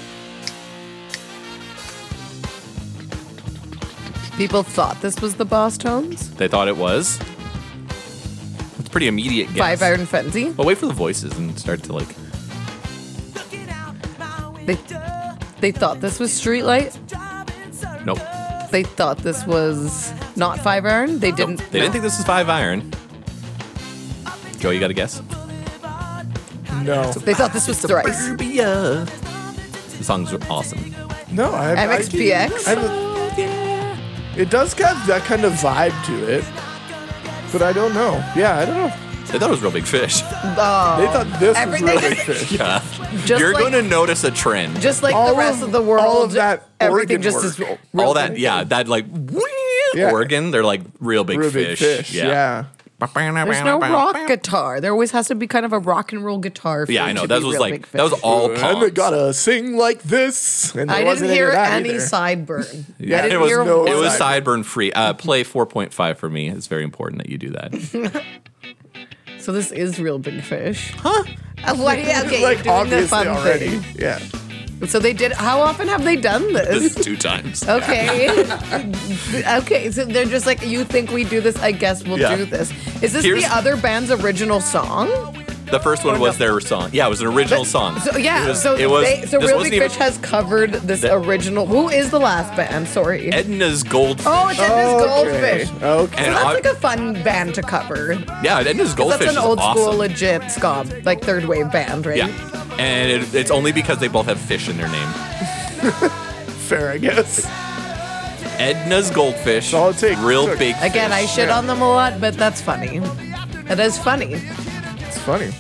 [SPEAKER 3] People thought this was the Boss Tones.
[SPEAKER 1] They thought it was. It's a pretty immediate guess.
[SPEAKER 3] Five Iron Frenzy.
[SPEAKER 1] But wait for the voices and start to like.
[SPEAKER 3] They, they thought this was Streetlight.
[SPEAKER 1] Nope.
[SPEAKER 3] They thought this was not Five Iron. They
[SPEAKER 1] Nope.
[SPEAKER 3] didn't.
[SPEAKER 1] They didn't think this was five iron. Joe, you got a guess?
[SPEAKER 4] No,
[SPEAKER 3] They thought this was Thrice.
[SPEAKER 1] The song's are awesome.
[SPEAKER 4] no. I, I-
[SPEAKER 3] MXPX?
[SPEAKER 4] I have a- it does have that kind of vibe to it, but I don't know. Yeah, I don't know.
[SPEAKER 1] They thought it was real big fish.
[SPEAKER 3] Oh.
[SPEAKER 4] They thought this
[SPEAKER 3] Everything
[SPEAKER 4] was
[SPEAKER 3] is-
[SPEAKER 4] real big fish.
[SPEAKER 3] Just
[SPEAKER 1] You're
[SPEAKER 3] like,
[SPEAKER 1] gonna notice a trend.
[SPEAKER 3] just like the
[SPEAKER 4] all
[SPEAKER 3] rest
[SPEAKER 4] of-
[SPEAKER 3] of, the world.
[SPEAKER 4] all of that
[SPEAKER 3] everything
[SPEAKER 4] organ
[SPEAKER 3] just
[SPEAKER 4] work.
[SPEAKER 3] is real
[SPEAKER 1] All
[SPEAKER 3] big
[SPEAKER 1] that, yeah, that like
[SPEAKER 4] Yeah.
[SPEAKER 1] organ. They're like real big
[SPEAKER 4] Real big
[SPEAKER 1] fish.
[SPEAKER 4] fish. Yeah.
[SPEAKER 3] There's no rock guitar. There always has to be kind of a rock and roll guitar. For
[SPEAKER 1] Yeah,
[SPEAKER 3] it
[SPEAKER 1] I know.
[SPEAKER 3] to
[SPEAKER 1] That
[SPEAKER 3] be
[SPEAKER 1] was
[SPEAKER 3] real
[SPEAKER 1] like
[SPEAKER 3] Big
[SPEAKER 1] that was
[SPEAKER 3] Fish.
[SPEAKER 1] all.
[SPEAKER 4] And they
[SPEAKER 1] Pongs.
[SPEAKER 4] gotta sing like this. And there
[SPEAKER 3] I
[SPEAKER 4] wasn't
[SPEAKER 3] didn't hear
[SPEAKER 4] any, of that
[SPEAKER 3] any
[SPEAKER 4] either.
[SPEAKER 3] sideburn.
[SPEAKER 1] Yeah,
[SPEAKER 3] I didn't
[SPEAKER 1] it was
[SPEAKER 3] hear
[SPEAKER 4] no-
[SPEAKER 3] one.
[SPEAKER 1] it was
[SPEAKER 4] sideburn.
[SPEAKER 1] sideburn free. Uh, play 4.5 for me. It's very important that you do that.
[SPEAKER 3] So this is real big fish, huh? Why? Yeah, okay,
[SPEAKER 4] like
[SPEAKER 3] you're doing the
[SPEAKER 4] obviously
[SPEAKER 3] fun
[SPEAKER 4] already. Yeah.
[SPEAKER 3] thing. So they did. How often have they done this?
[SPEAKER 1] This is two times.
[SPEAKER 3] Oh, Okay. okay. So they're just like, you think we do this? I guess we'll
[SPEAKER 1] Yeah.
[SPEAKER 3] do this. Is this
[SPEAKER 1] Here's-
[SPEAKER 3] the other band's original song?
[SPEAKER 1] The first one was their song. Yeah, it was an original song.
[SPEAKER 3] So yeah.
[SPEAKER 1] It was-
[SPEAKER 3] so
[SPEAKER 1] it was.
[SPEAKER 3] they, so
[SPEAKER 1] this
[SPEAKER 3] Real
[SPEAKER 1] wasn't
[SPEAKER 3] Big
[SPEAKER 1] even-
[SPEAKER 3] Fish has covered this
[SPEAKER 1] That-
[SPEAKER 3] original. Who is the last band? Sorry.
[SPEAKER 1] Edna's Goldfish.
[SPEAKER 3] oh, it's Edna's
[SPEAKER 4] Okay.
[SPEAKER 3] Goldfish.
[SPEAKER 4] Okay.
[SPEAKER 1] And
[SPEAKER 3] That's
[SPEAKER 1] I-
[SPEAKER 3] like a fun band to cover.
[SPEAKER 1] yeah, Edna's Goldfish.
[SPEAKER 3] That's an
[SPEAKER 1] is
[SPEAKER 3] old
[SPEAKER 1] awesome.
[SPEAKER 3] school, legit ska, like third wave band, right?
[SPEAKER 1] Yeah, and it, it's only because they both have fish in their name.
[SPEAKER 4] Fair, I guess.
[SPEAKER 1] Edna's Goldfish.
[SPEAKER 4] all it takes.
[SPEAKER 1] Real
[SPEAKER 4] Look.
[SPEAKER 1] big.
[SPEAKER 3] Again, I shit
[SPEAKER 4] yeah.
[SPEAKER 3] on them a lot, but that's funny. That is funny.
[SPEAKER 4] It's funny.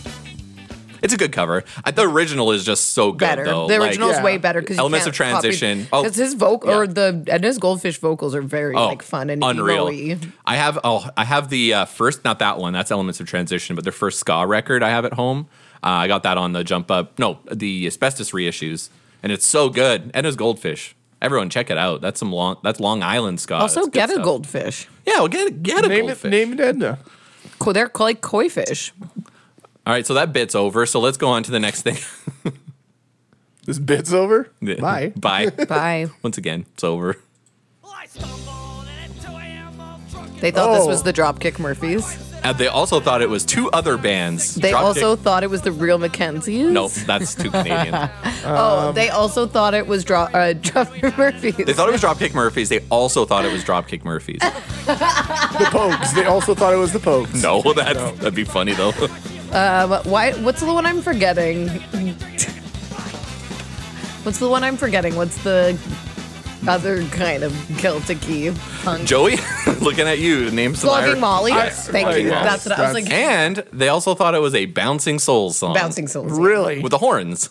[SPEAKER 1] It's a good cover. I, the original is just so good
[SPEAKER 3] better.
[SPEAKER 1] though.
[SPEAKER 3] the
[SPEAKER 1] Like,
[SPEAKER 3] original's
[SPEAKER 4] Yeah.
[SPEAKER 3] way better because
[SPEAKER 1] Elements of transition. Oh.
[SPEAKER 3] because his vocal or
[SPEAKER 1] Yeah. Oh,
[SPEAKER 3] the and his goldfish vocals are very like fun and
[SPEAKER 1] unreal.
[SPEAKER 3] emo-y.
[SPEAKER 1] I have oh, I have the uh, first, not that one. That's Elements of Transition, but their first ska record I have at home. Uh, I got that on the Jump Up, no, the Asbestos reissues, and it's so good. And it's Goldfish. Everyone, check it out. That's some long. That's Long Island Scott.
[SPEAKER 3] also,
[SPEAKER 1] That's good
[SPEAKER 3] get a
[SPEAKER 1] stuff.
[SPEAKER 3] goldfish.
[SPEAKER 1] Yeah, well, get a, get a
[SPEAKER 4] Name it,
[SPEAKER 1] goldfish.
[SPEAKER 4] name it Edna.
[SPEAKER 3] Co- They're co- like koi fish.
[SPEAKER 1] All right, so that bit's over. So let's go on to the next thing.
[SPEAKER 4] This bit's over. Bye.
[SPEAKER 1] Bye.
[SPEAKER 3] Bye.
[SPEAKER 1] Once again, it's over.
[SPEAKER 3] They thought this
[SPEAKER 4] Oh.
[SPEAKER 3] was the Dropkick Murphys.
[SPEAKER 1] And they also thought it was two other bands.
[SPEAKER 3] They
[SPEAKER 1] Dropkick-
[SPEAKER 3] also thought it was the Real Mackenzies.
[SPEAKER 1] No, that's too Canadian.
[SPEAKER 3] Oh, they also thought it was Dro- uh, Dropkick Murphys.
[SPEAKER 1] they thought it was Dropkick Murphys. They also thought it was Dropkick Murphys.
[SPEAKER 4] The Pogues. They also thought it was the Pogues.
[SPEAKER 1] No, that that'd be funny though.
[SPEAKER 3] But why? What's the one I'm forgetting? what's the one I'm forgetting? What's the other kind of Celtic-y punk?
[SPEAKER 1] Joey, looking at you, name some.
[SPEAKER 3] Flogging
[SPEAKER 1] Irish-
[SPEAKER 3] Molly.
[SPEAKER 1] Yes.
[SPEAKER 3] Thank
[SPEAKER 4] right,
[SPEAKER 3] you.
[SPEAKER 4] yes,
[SPEAKER 3] That's what I was
[SPEAKER 4] that's-
[SPEAKER 3] like.
[SPEAKER 1] And they also thought it was a Bouncing Souls song.
[SPEAKER 3] Bouncing souls.
[SPEAKER 4] Really?
[SPEAKER 1] with the horns.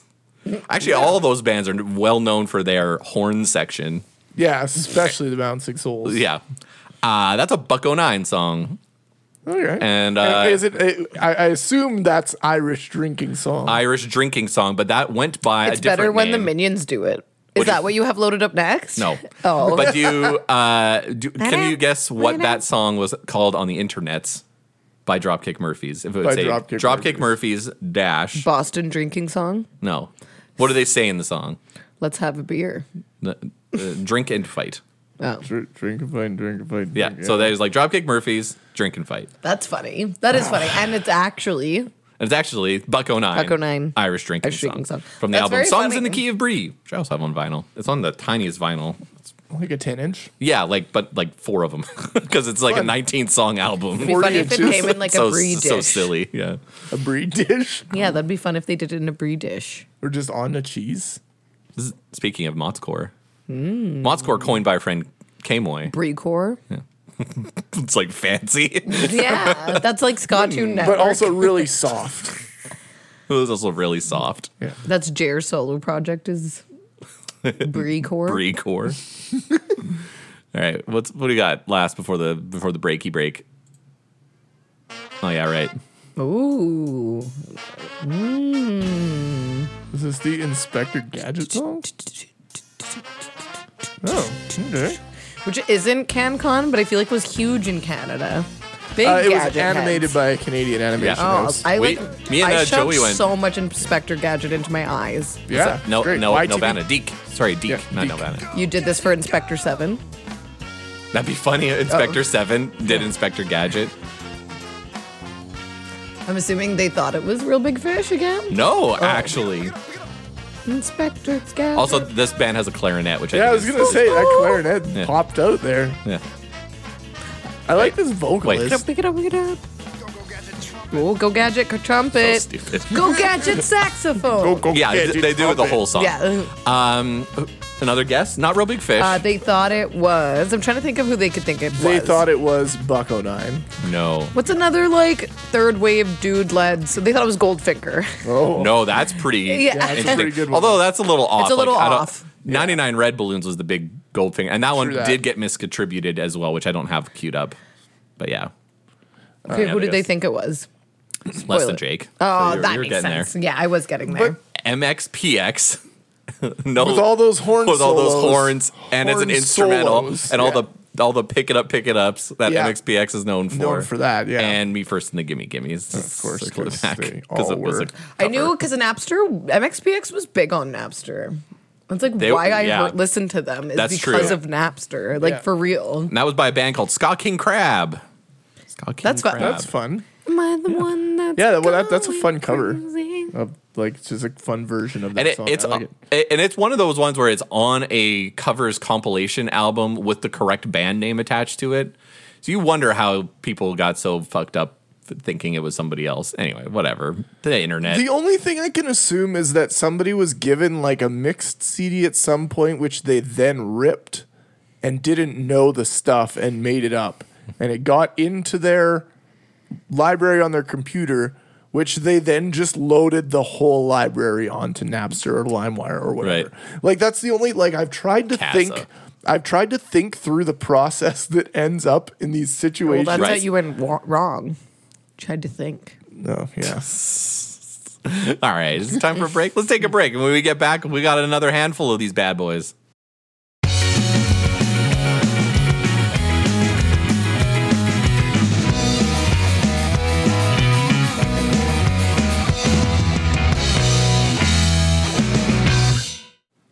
[SPEAKER 1] Actually, all those bands are well known for their horn section.
[SPEAKER 4] yeah, especially the Bouncing Souls.
[SPEAKER 1] Yeah. Uh, that's a Bucko Nine song.
[SPEAKER 4] All right.
[SPEAKER 1] And, uh,
[SPEAKER 4] is it? I, I assume that's Irish drinking song.
[SPEAKER 1] Irish drinking song, but that went by
[SPEAKER 3] It's
[SPEAKER 1] a different
[SPEAKER 3] better when the
[SPEAKER 1] name.
[SPEAKER 3] minions do it. Is
[SPEAKER 1] Which-
[SPEAKER 3] that what you have loaded up next?
[SPEAKER 1] No.
[SPEAKER 3] Oh.
[SPEAKER 1] But do you, uh, do, can you guess what that song was called on the internet by Dropkick Murphys? If it would
[SPEAKER 4] By
[SPEAKER 1] say Dropkick,
[SPEAKER 4] Dropkick
[SPEAKER 1] Murphys. dash.
[SPEAKER 3] Boston drinking song.
[SPEAKER 1] no. What do they say in the song?
[SPEAKER 3] Let's have a beer.
[SPEAKER 1] N- uh, drink and fight.
[SPEAKER 3] Oh,
[SPEAKER 4] Dr- drink and fight, drink and fight.
[SPEAKER 1] Yeah.
[SPEAKER 4] drink,
[SPEAKER 1] So there's like Dropkick Murphys, drink and fight.
[SPEAKER 3] that's funny. That is funny, and it's actually
[SPEAKER 1] And it's actually Bucko Nine.
[SPEAKER 3] Bucko Nine.
[SPEAKER 1] Irish drinking,
[SPEAKER 3] Irish drinking
[SPEAKER 1] song.
[SPEAKER 3] song.
[SPEAKER 1] From the
[SPEAKER 3] That's
[SPEAKER 1] album
[SPEAKER 3] very
[SPEAKER 1] Songs in
[SPEAKER 3] funny.
[SPEAKER 1] the Key of Bree, which I also have on vinyl. It's on the tiniest vinyl.
[SPEAKER 4] like a ten inch.
[SPEAKER 1] Yeah, like, but like four of them because it's like a
[SPEAKER 4] Fun.
[SPEAKER 1] 19 song album.
[SPEAKER 3] it'd be funny if it
[SPEAKER 4] 40
[SPEAKER 3] came in like
[SPEAKER 1] so,
[SPEAKER 3] a brie
[SPEAKER 1] so
[SPEAKER 3] dish.
[SPEAKER 1] silly. Yeah.
[SPEAKER 4] A brie dish,
[SPEAKER 3] Yeah, that'd be fun if they did it in a brie dish.
[SPEAKER 4] or just on a cheese.
[SPEAKER 1] This is- speaking of Motzcore,
[SPEAKER 3] Hmm.
[SPEAKER 1] Motzcore coined by our friend Kamoy.
[SPEAKER 3] Brie core.
[SPEAKER 1] It's like fancy. it
[SPEAKER 3] Yeah, that's like
[SPEAKER 1] Hmm.
[SPEAKER 3] Scottoon Network.
[SPEAKER 4] but also really soft.
[SPEAKER 1] was also really soft.
[SPEAKER 3] that's Jer's solo project is Brie Core.
[SPEAKER 1] Brie core. All right, what's what do you got last before the before the breaky break? Oh yeah, right.
[SPEAKER 3] Ooh.
[SPEAKER 4] Is this the Inspector Gadget song? Oh, okay.
[SPEAKER 3] Which isn't CanCon, but I feel like was huge in Canada. Big
[SPEAKER 4] Uh, it was
[SPEAKER 3] gadget
[SPEAKER 4] animated
[SPEAKER 3] heads.
[SPEAKER 4] by a Canadian animation
[SPEAKER 1] Yeah.
[SPEAKER 3] Oh,
[SPEAKER 4] house.
[SPEAKER 3] I
[SPEAKER 1] We-
[SPEAKER 3] like.
[SPEAKER 1] me and,
[SPEAKER 3] I
[SPEAKER 1] uh,
[SPEAKER 3] shoved
[SPEAKER 1] Joey went-
[SPEAKER 3] so much Inspector Gadget into my eyes.
[SPEAKER 4] yeah,
[SPEAKER 1] No,
[SPEAKER 4] great.
[SPEAKER 1] no,
[SPEAKER 4] YTV.
[SPEAKER 1] Novana. Deke. Sorry, Deke,
[SPEAKER 4] Yeah,
[SPEAKER 1] not
[SPEAKER 4] Deke.
[SPEAKER 1] Novana.
[SPEAKER 3] You did this for Inspector Seven.
[SPEAKER 1] That'd be funny. if Inspector Seven did Inspector Gadget.
[SPEAKER 3] I'm assuming they thought it was Real Big Fish again.
[SPEAKER 4] Oh.
[SPEAKER 1] No, actually.
[SPEAKER 3] Inspector Gadget.
[SPEAKER 1] Also, this band has a clarinet, which
[SPEAKER 4] Yeah, I
[SPEAKER 1] I
[SPEAKER 4] was
[SPEAKER 1] think
[SPEAKER 4] gonna
[SPEAKER 1] is,
[SPEAKER 4] say that clarinet
[SPEAKER 1] Yeah.
[SPEAKER 4] popped out there.
[SPEAKER 1] Yeah.
[SPEAKER 4] I like this vocalist.
[SPEAKER 3] pick it up, pick it up. Oh, go gadget trumpet.
[SPEAKER 1] So stupid.
[SPEAKER 3] go gadget saxophone.
[SPEAKER 1] Yeah, they, they do it the whole song.
[SPEAKER 3] yeah.
[SPEAKER 1] Um, another guess? Not real big fish.
[SPEAKER 3] Uh, they thought it was. I'm trying to think of who they could think it was.
[SPEAKER 4] They thought it was Bucko Nine.
[SPEAKER 1] no.
[SPEAKER 3] What's another like third wave dude led? So they thought it was Goldfinger.
[SPEAKER 4] Oh,
[SPEAKER 1] No, that's pretty.
[SPEAKER 3] Yeah, that's a
[SPEAKER 1] interesting.
[SPEAKER 4] pretty good one.
[SPEAKER 1] Although that's a little off.
[SPEAKER 3] a little
[SPEAKER 1] I don't-
[SPEAKER 3] off.
[SPEAKER 1] 99 Red Balloons was the big gold finger. And that one
[SPEAKER 4] that.
[SPEAKER 1] did get miscontributed as well, which I don't have queued up. But yeah,
[SPEAKER 3] okay,
[SPEAKER 1] yeah,
[SPEAKER 3] who
[SPEAKER 1] they
[SPEAKER 3] did they
[SPEAKER 1] guess.
[SPEAKER 3] think it was?
[SPEAKER 1] less
[SPEAKER 3] Spoil
[SPEAKER 1] than
[SPEAKER 3] it.
[SPEAKER 1] Jake.
[SPEAKER 3] Oh,
[SPEAKER 1] So you're-
[SPEAKER 3] that
[SPEAKER 1] you're
[SPEAKER 3] makes
[SPEAKER 1] getting
[SPEAKER 3] sense. Yeah, I was getting there.
[SPEAKER 4] But-
[SPEAKER 1] there. MXPX. no.
[SPEAKER 4] with all those horns.
[SPEAKER 1] with all those horns and it's an
[SPEAKER 4] Horn
[SPEAKER 1] instrumental
[SPEAKER 4] solos,
[SPEAKER 1] and all
[SPEAKER 4] yeah.
[SPEAKER 1] the all the pick it up pick it ups that
[SPEAKER 4] Yeah.
[SPEAKER 1] MXPX is known for.
[SPEAKER 4] Known for that, yeah.
[SPEAKER 1] And me first in the gimme gimmes. Of
[SPEAKER 4] course, 'cause they
[SPEAKER 1] because
[SPEAKER 4] all
[SPEAKER 1] it was a
[SPEAKER 4] were.
[SPEAKER 3] I
[SPEAKER 1] cover.
[SPEAKER 3] knew because Napster, MXPX was big on Napster. That's like
[SPEAKER 1] They-
[SPEAKER 3] why I
[SPEAKER 1] yeah.
[SPEAKER 3] heard- listened to them is
[SPEAKER 1] That's
[SPEAKER 3] because
[SPEAKER 1] true.
[SPEAKER 3] of Napster. Like
[SPEAKER 4] Yeah.
[SPEAKER 3] for real.
[SPEAKER 1] And that was by a band called Scott King Crab. Scott King
[SPEAKER 3] That's fu-
[SPEAKER 1] Crab.
[SPEAKER 4] That's fun.
[SPEAKER 3] Am I the one that's
[SPEAKER 4] Yeah, that- well, that- that's a fun
[SPEAKER 3] going
[SPEAKER 4] cover.
[SPEAKER 3] crazy?
[SPEAKER 4] Uh, like it's just a fun version of that
[SPEAKER 1] and it,
[SPEAKER 4] song.
[SPEAKER 1] it's
[SPEAKER 4] I like
[SPEAKER 1] uh,
[SPEAKER 4] it.
[SPEAKER 1] a- and it's one of those ones where it's on a covers compilation album with the correct band name attached to it. So you wonder how people got so fucked up thinking it was somebody else. Anyway, whatever. The internet.
[SPEAKER 4] The only thing I can assume is that somebody was given like a mixed CD at some point, which they then ripped and didn't know the stuff and made it up. And it got into their library on their computer, which they then just loaded the whole library onto Napster or LimeWire or whatever. Like that's the only like I've tried to
[SPEAKER 1] Casa.
[SPEAKER 4] think I've tried to think through the process that ends up in these
[SPEAKER 3] Well,
[SPEAKER 4] situations.
[SPEAKER 3] that's how
[SPEAKER 1] Right.
[SPEAKER 3] you went wa- wrong. Tried to think.
[SPEAKER 4] oh, yeah.
[SPEAKER 1] All right, it's time for a break. Let's take a break. And when we get back, we got another handful of these bad boys.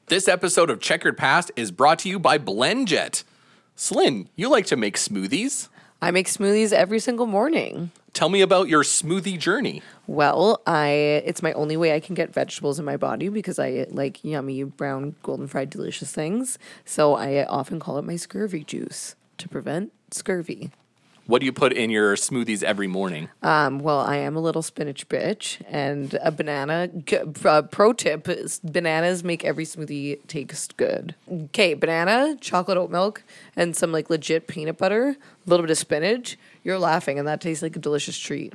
[SPEAKER 1] This episode of Checkered Past is brought to you by BlendJet. Slynn, you like to make smoothies.
[SPEAKER 5] I make smoothies every single morning.
[SPEAKER 1] Tell me about your smoothie journey.
[SPEAKER 5] Well, I it's my only way I can get vegetables in my body because I like yummy brown golden fried delicious things. So I often call it my scurvy juice to prevent scurvy.
[SPEAKER 1] What do you put in your smoothies every morning?
[SPEAKER 5] Um, well, I am a little spinach bitch, and a banana. g- Uh, pro tip: is bananas make every smoothie taste good. Okay, banana, chocolate oat milk, and some like legit peanut butter, a little bit of spinach. You're laughing, and that tastes like a delicious treat.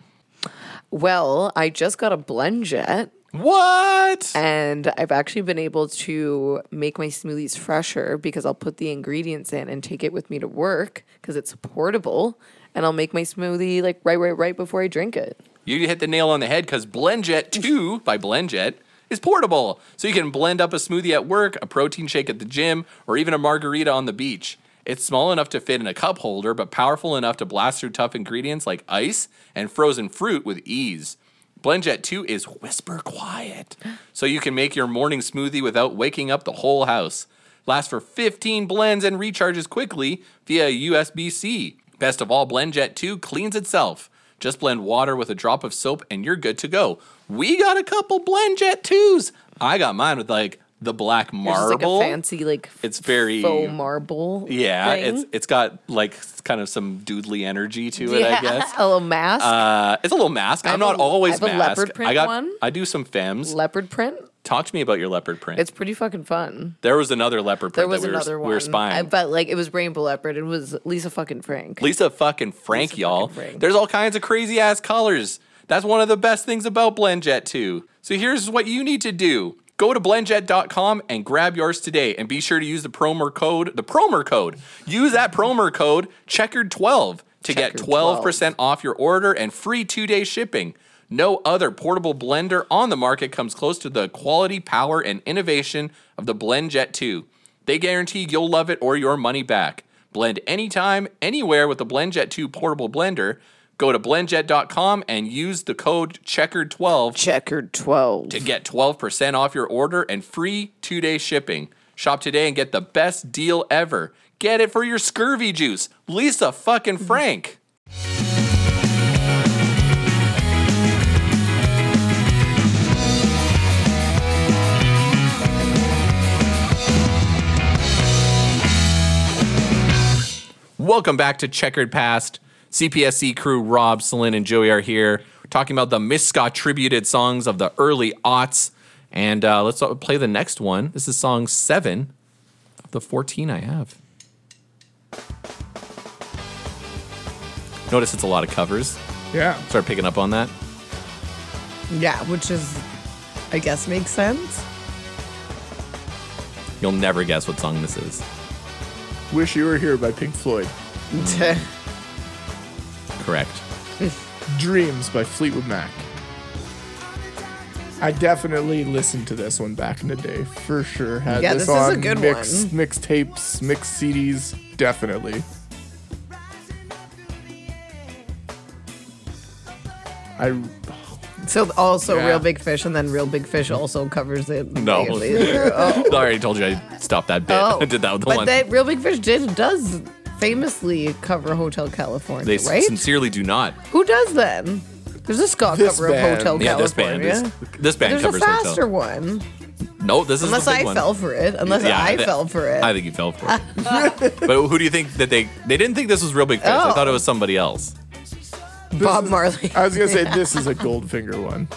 [SPEAKER 5] Well, I just got a blend jet.
[SPEAKER 1] What?
[SPEAKER 5] And I've actually been able to make my smoothies fresher because I'll put the ingredients in and take it with me to work because it's portable. And I'll make my smoothie like right, right, right before I drink it.
[SPEAKER 1] You hit the nail on the head because BlendJet 2 by BlendJet is portable. So you can blend up a smoothie at work, a protein shake at the gym, or even a margarita on the beach. It's small enough to fit in a cup holder, but powerful enough to blast through tough ingredients like ice and frozen fruit with ease. BlendJet 2 is whisper quiet, so you can make your morning smoothie without waking up the whole house. Lasts for 15 blends and recharges quickly via USB C. Best of all, BlendJet 2 cleans itself. Just blend water with a drop of soap and you're good to go. We got a couple BlendJet 2s. I got mine with like the black
[SPEAKER 5] It's just,
[SPEAKER 1] marble.
[SPEAKER 5] like a fancy like
[SPEAKER 1] It's very-
[SPEAKER 5] faux marble.
[SPEAKER 1] yeah,
[SPEAKER 5] thing.
[SPEAKER 1] it's it's got like kind of some doodly energy to it, I guess.
[SPEAKER 5] a little mask,
[SPEAKER 1] Uh, it's a little mask. I'm
[SPEAKER 5] have
[SPEAKER 1] not
[SPEAKER 5] a-
[SPEAKER 1] always
[SPEAKER 5] I have a
[SPEAKER 1] masked.
[SPEAKER 5] leopard print
[SPEAKER 1] I got.
[SPEAKER 5] one.
[SPEAKER 1] I do some fems.
[SPEAKER 5] leopard print.
[SPEAKER 1] Talk to me about your leopard print.
[SPEAKER 5] It's pretty fucking fun.
[SPEAKER 1] there was another leopard
[SPEAKER 5] There
[SPEAKER 1] print
[SPEAKER 5] was
[SPEAKER 1] that we were,
[SPEAKER 5] another one.
[SPEAKER 1] we were
[SPEAKER 5] I-
[SPEAKER 1] spying.
[SPEAKER 5] but like it was rainbow leopard. It was Lisa fucking Frank.
[SPEAKER 1] Lisa fucking Frank,
[SPEAKER 5] Lisa
[SPEAKER 1] y'all.
[SPEAKER 5] fucking Frank.
[SPEAKER 1] There's all kinds of crazy ass colors. That's one of the best things about BlendJet 2. So here's what you need to do. Go to blendjet.com and grab yours today and be sure to use the promo code, the promo code. Use that promo code checkered12 to get
[SPEAKER 5] Checkered
[SPEAKER 1] 12% off your order and free 2-day shipping. No other portable blender on the market comes close to the quality, power and innovation of the BlendJet 2. They guarantee you'll love it or your money back. Blend anytime, anywhere with the BlendJet 2 portable blender. Go to blendjet.com and use the code checkered12
[SPEAKER 5] Checkered twelve.
[SPEAKER 1] to get 12% off your order and free 2-day shipping. Shop today and get the best deal ever. Get it for your scurvy juice. Lisa fucking Frank. Welcome back to Checkered Past. CPSC crew Rob, Celine, and Joey are here talking about the misattributed songs of the early aughts. And uh, let's uh, play the next one. This is song seven of the 14 I have. Notice it's a lot of covers.
[SPEAKER 4] Yeah.
[SPEAKER 1] Start picking up on that.
[SPEAKER 3] Yeah, which is, I guess, makes sense.
[SPEAKER 1] You'll never guess what song this is.
[SPEAKER 4] Wish You Were Here by Pink Floyd.
[SPEAKER 1] Correct.
[SPEAKER 4] Dreams by Fleetwood Mac. I definitely listened to this one back in the day, for sure. Had
[SPEAKER 3] Yeah,
[SPEAKER 4] this,
[SPEAKER 3] this is a
[SPEAKER 4] on
[SPEAKER 3] good
[SPEAKER 4] mix,
[SPEAKER 3] one.
[SPEAKER 4] Mix tapes, mix CDs, definitely. I
[SPEAKER 3] So also
[SPEAKER 4] Yeah.
[SPEAKER 3] Real Big Fish, and then Real Big Fish also covers it.
[SPEAKER 1] No.
[SPEAKER 3] oh,
[SPEAKER 1] I already told you I stopped that bit.
[SPEAKER 3] oh.
[SPEAKER 1] I did that with the
[SPEAKER 3] but
[SPEAKER 1] one.
[SPEAKER 3] that Real Big Fish did does famously cover Hotel California,
[SPEAKER 1] they
[SPEAKER 3] right?
[SPEAKER 1] sincerely do not.
[SPEAKER 3] Who does then? There's a ska
[SPEAKER 4] This
[SPEAKER 3] cover
[SPEAKER 4] band.
[SPEAKER 3] of Hotel
[SPEAKER 1] Yeah, this band
[SPEAKER 3] California.
[SPEAKER 1] is. This band
[SPEAKER 3] There's a
[SPEAKER 1] covers hotel.
[SPEAKER 3] faster one,
[SPEAKER 1] No, this is
[SPEAKER 3] unless
[SPEAKER 1] the big
[SPEAKER 3] I
[SPEAKER 1] one.
[SPEAKER 3] fell for it. Unless
[SPEAKER 1] Yeah,
[SPEAKER 3] I
[SPEAKER 1] th-
[SPEAKER 3] fell for it.
[SPEAKER 1] I think you fell for it. but who do you think that they they didn't think this was real big fish? I
[SPEAKER 3] Oh.
[SPEAKER 1] thought it was somebody else.
[SPEAKER 3] Bob Marley.
[SPEAKER 4] I was gonna say this is a Goldfinger one.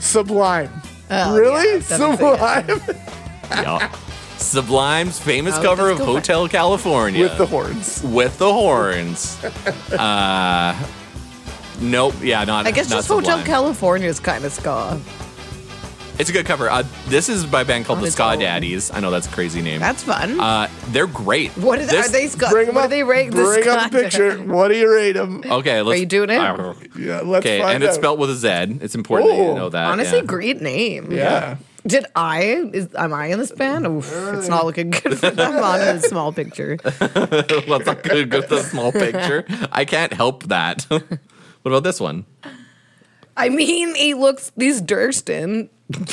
[SPEAKER 4] Sublime. really?
[SPEAKER 3] Oh, yeah,
[SPEAKER 4] Sublime
[SPEAKER 1] Yeah. Sublime's famous
[SPEAKER 3] Oh,
[SPEAKER 1] cover of
[SPEAKER 3] that's cool.
[SPEAKER 1] Hotel California
[SPEAKER 4] with the horns.
[SPEAKER 1] with the horns. uh, nope. Yeah, not.
[SPEAKER 3] I guess
[SPEAKER 1] not
[SPEAKER 3] just Hotel
[SPEAKER 1] Sublime.
[SPEAKER 3] California is kind of ska.
[SPEAKER 1] It's a good cover. Uh, this is by a band called
[SPEAKER 3] On
[SPEAKER 1] the
[SPEAKER 3] Oh, its
[SPEAKER 1] Ska
[SPEAKER 3] own.
[SPEAKER 1] Daddies. I know that's a crazy name.
[SPEAKER 3] That's fun.
[SPEAKER 1] uh, they're great.
[SPEAKER 3] what is,
[SPEAKER 1] This-
[SPEAKER 3] are they ska?
[SPEAKER 4] Bring them
[SPEAKER 3] what
[SPEAKER 4] up.
[SPEAKER 3] do they rate this
[SPEAKER 4] Bring up a
[SPEAKER 3] ska?
[SPEAKER 4] picture. What do you rate them?
[SPEAKER 1] Okay, let's,
[SPEAKER 3] you doing it?
[SPEAKER 4] Yeah, let's
[SPEAKER 1] Okay,
[SPEAKER 4] find
[SPEAKER 1] and it's
[SPEAKER 4] out.
[SPEAKER 1] spelled with a Z. It's important that you
[SPEAKER 4] Oh.
[SPEAKER 1] know that.
[SPEAKER 3] Honestly,
[SPEAKER 1] yeah.
[SPEAKER 3] great name.
[SPEAKER 4] Yeah.
[SPEAKER 3] Did I? Is am I in this band? Oof, it's not looking good for them on this small picture.
[SPEAKER 1] Let's not go with the small picture. I can't help that. what about this one?
[SPEAKER 3] I mean, he looks. He's Durston.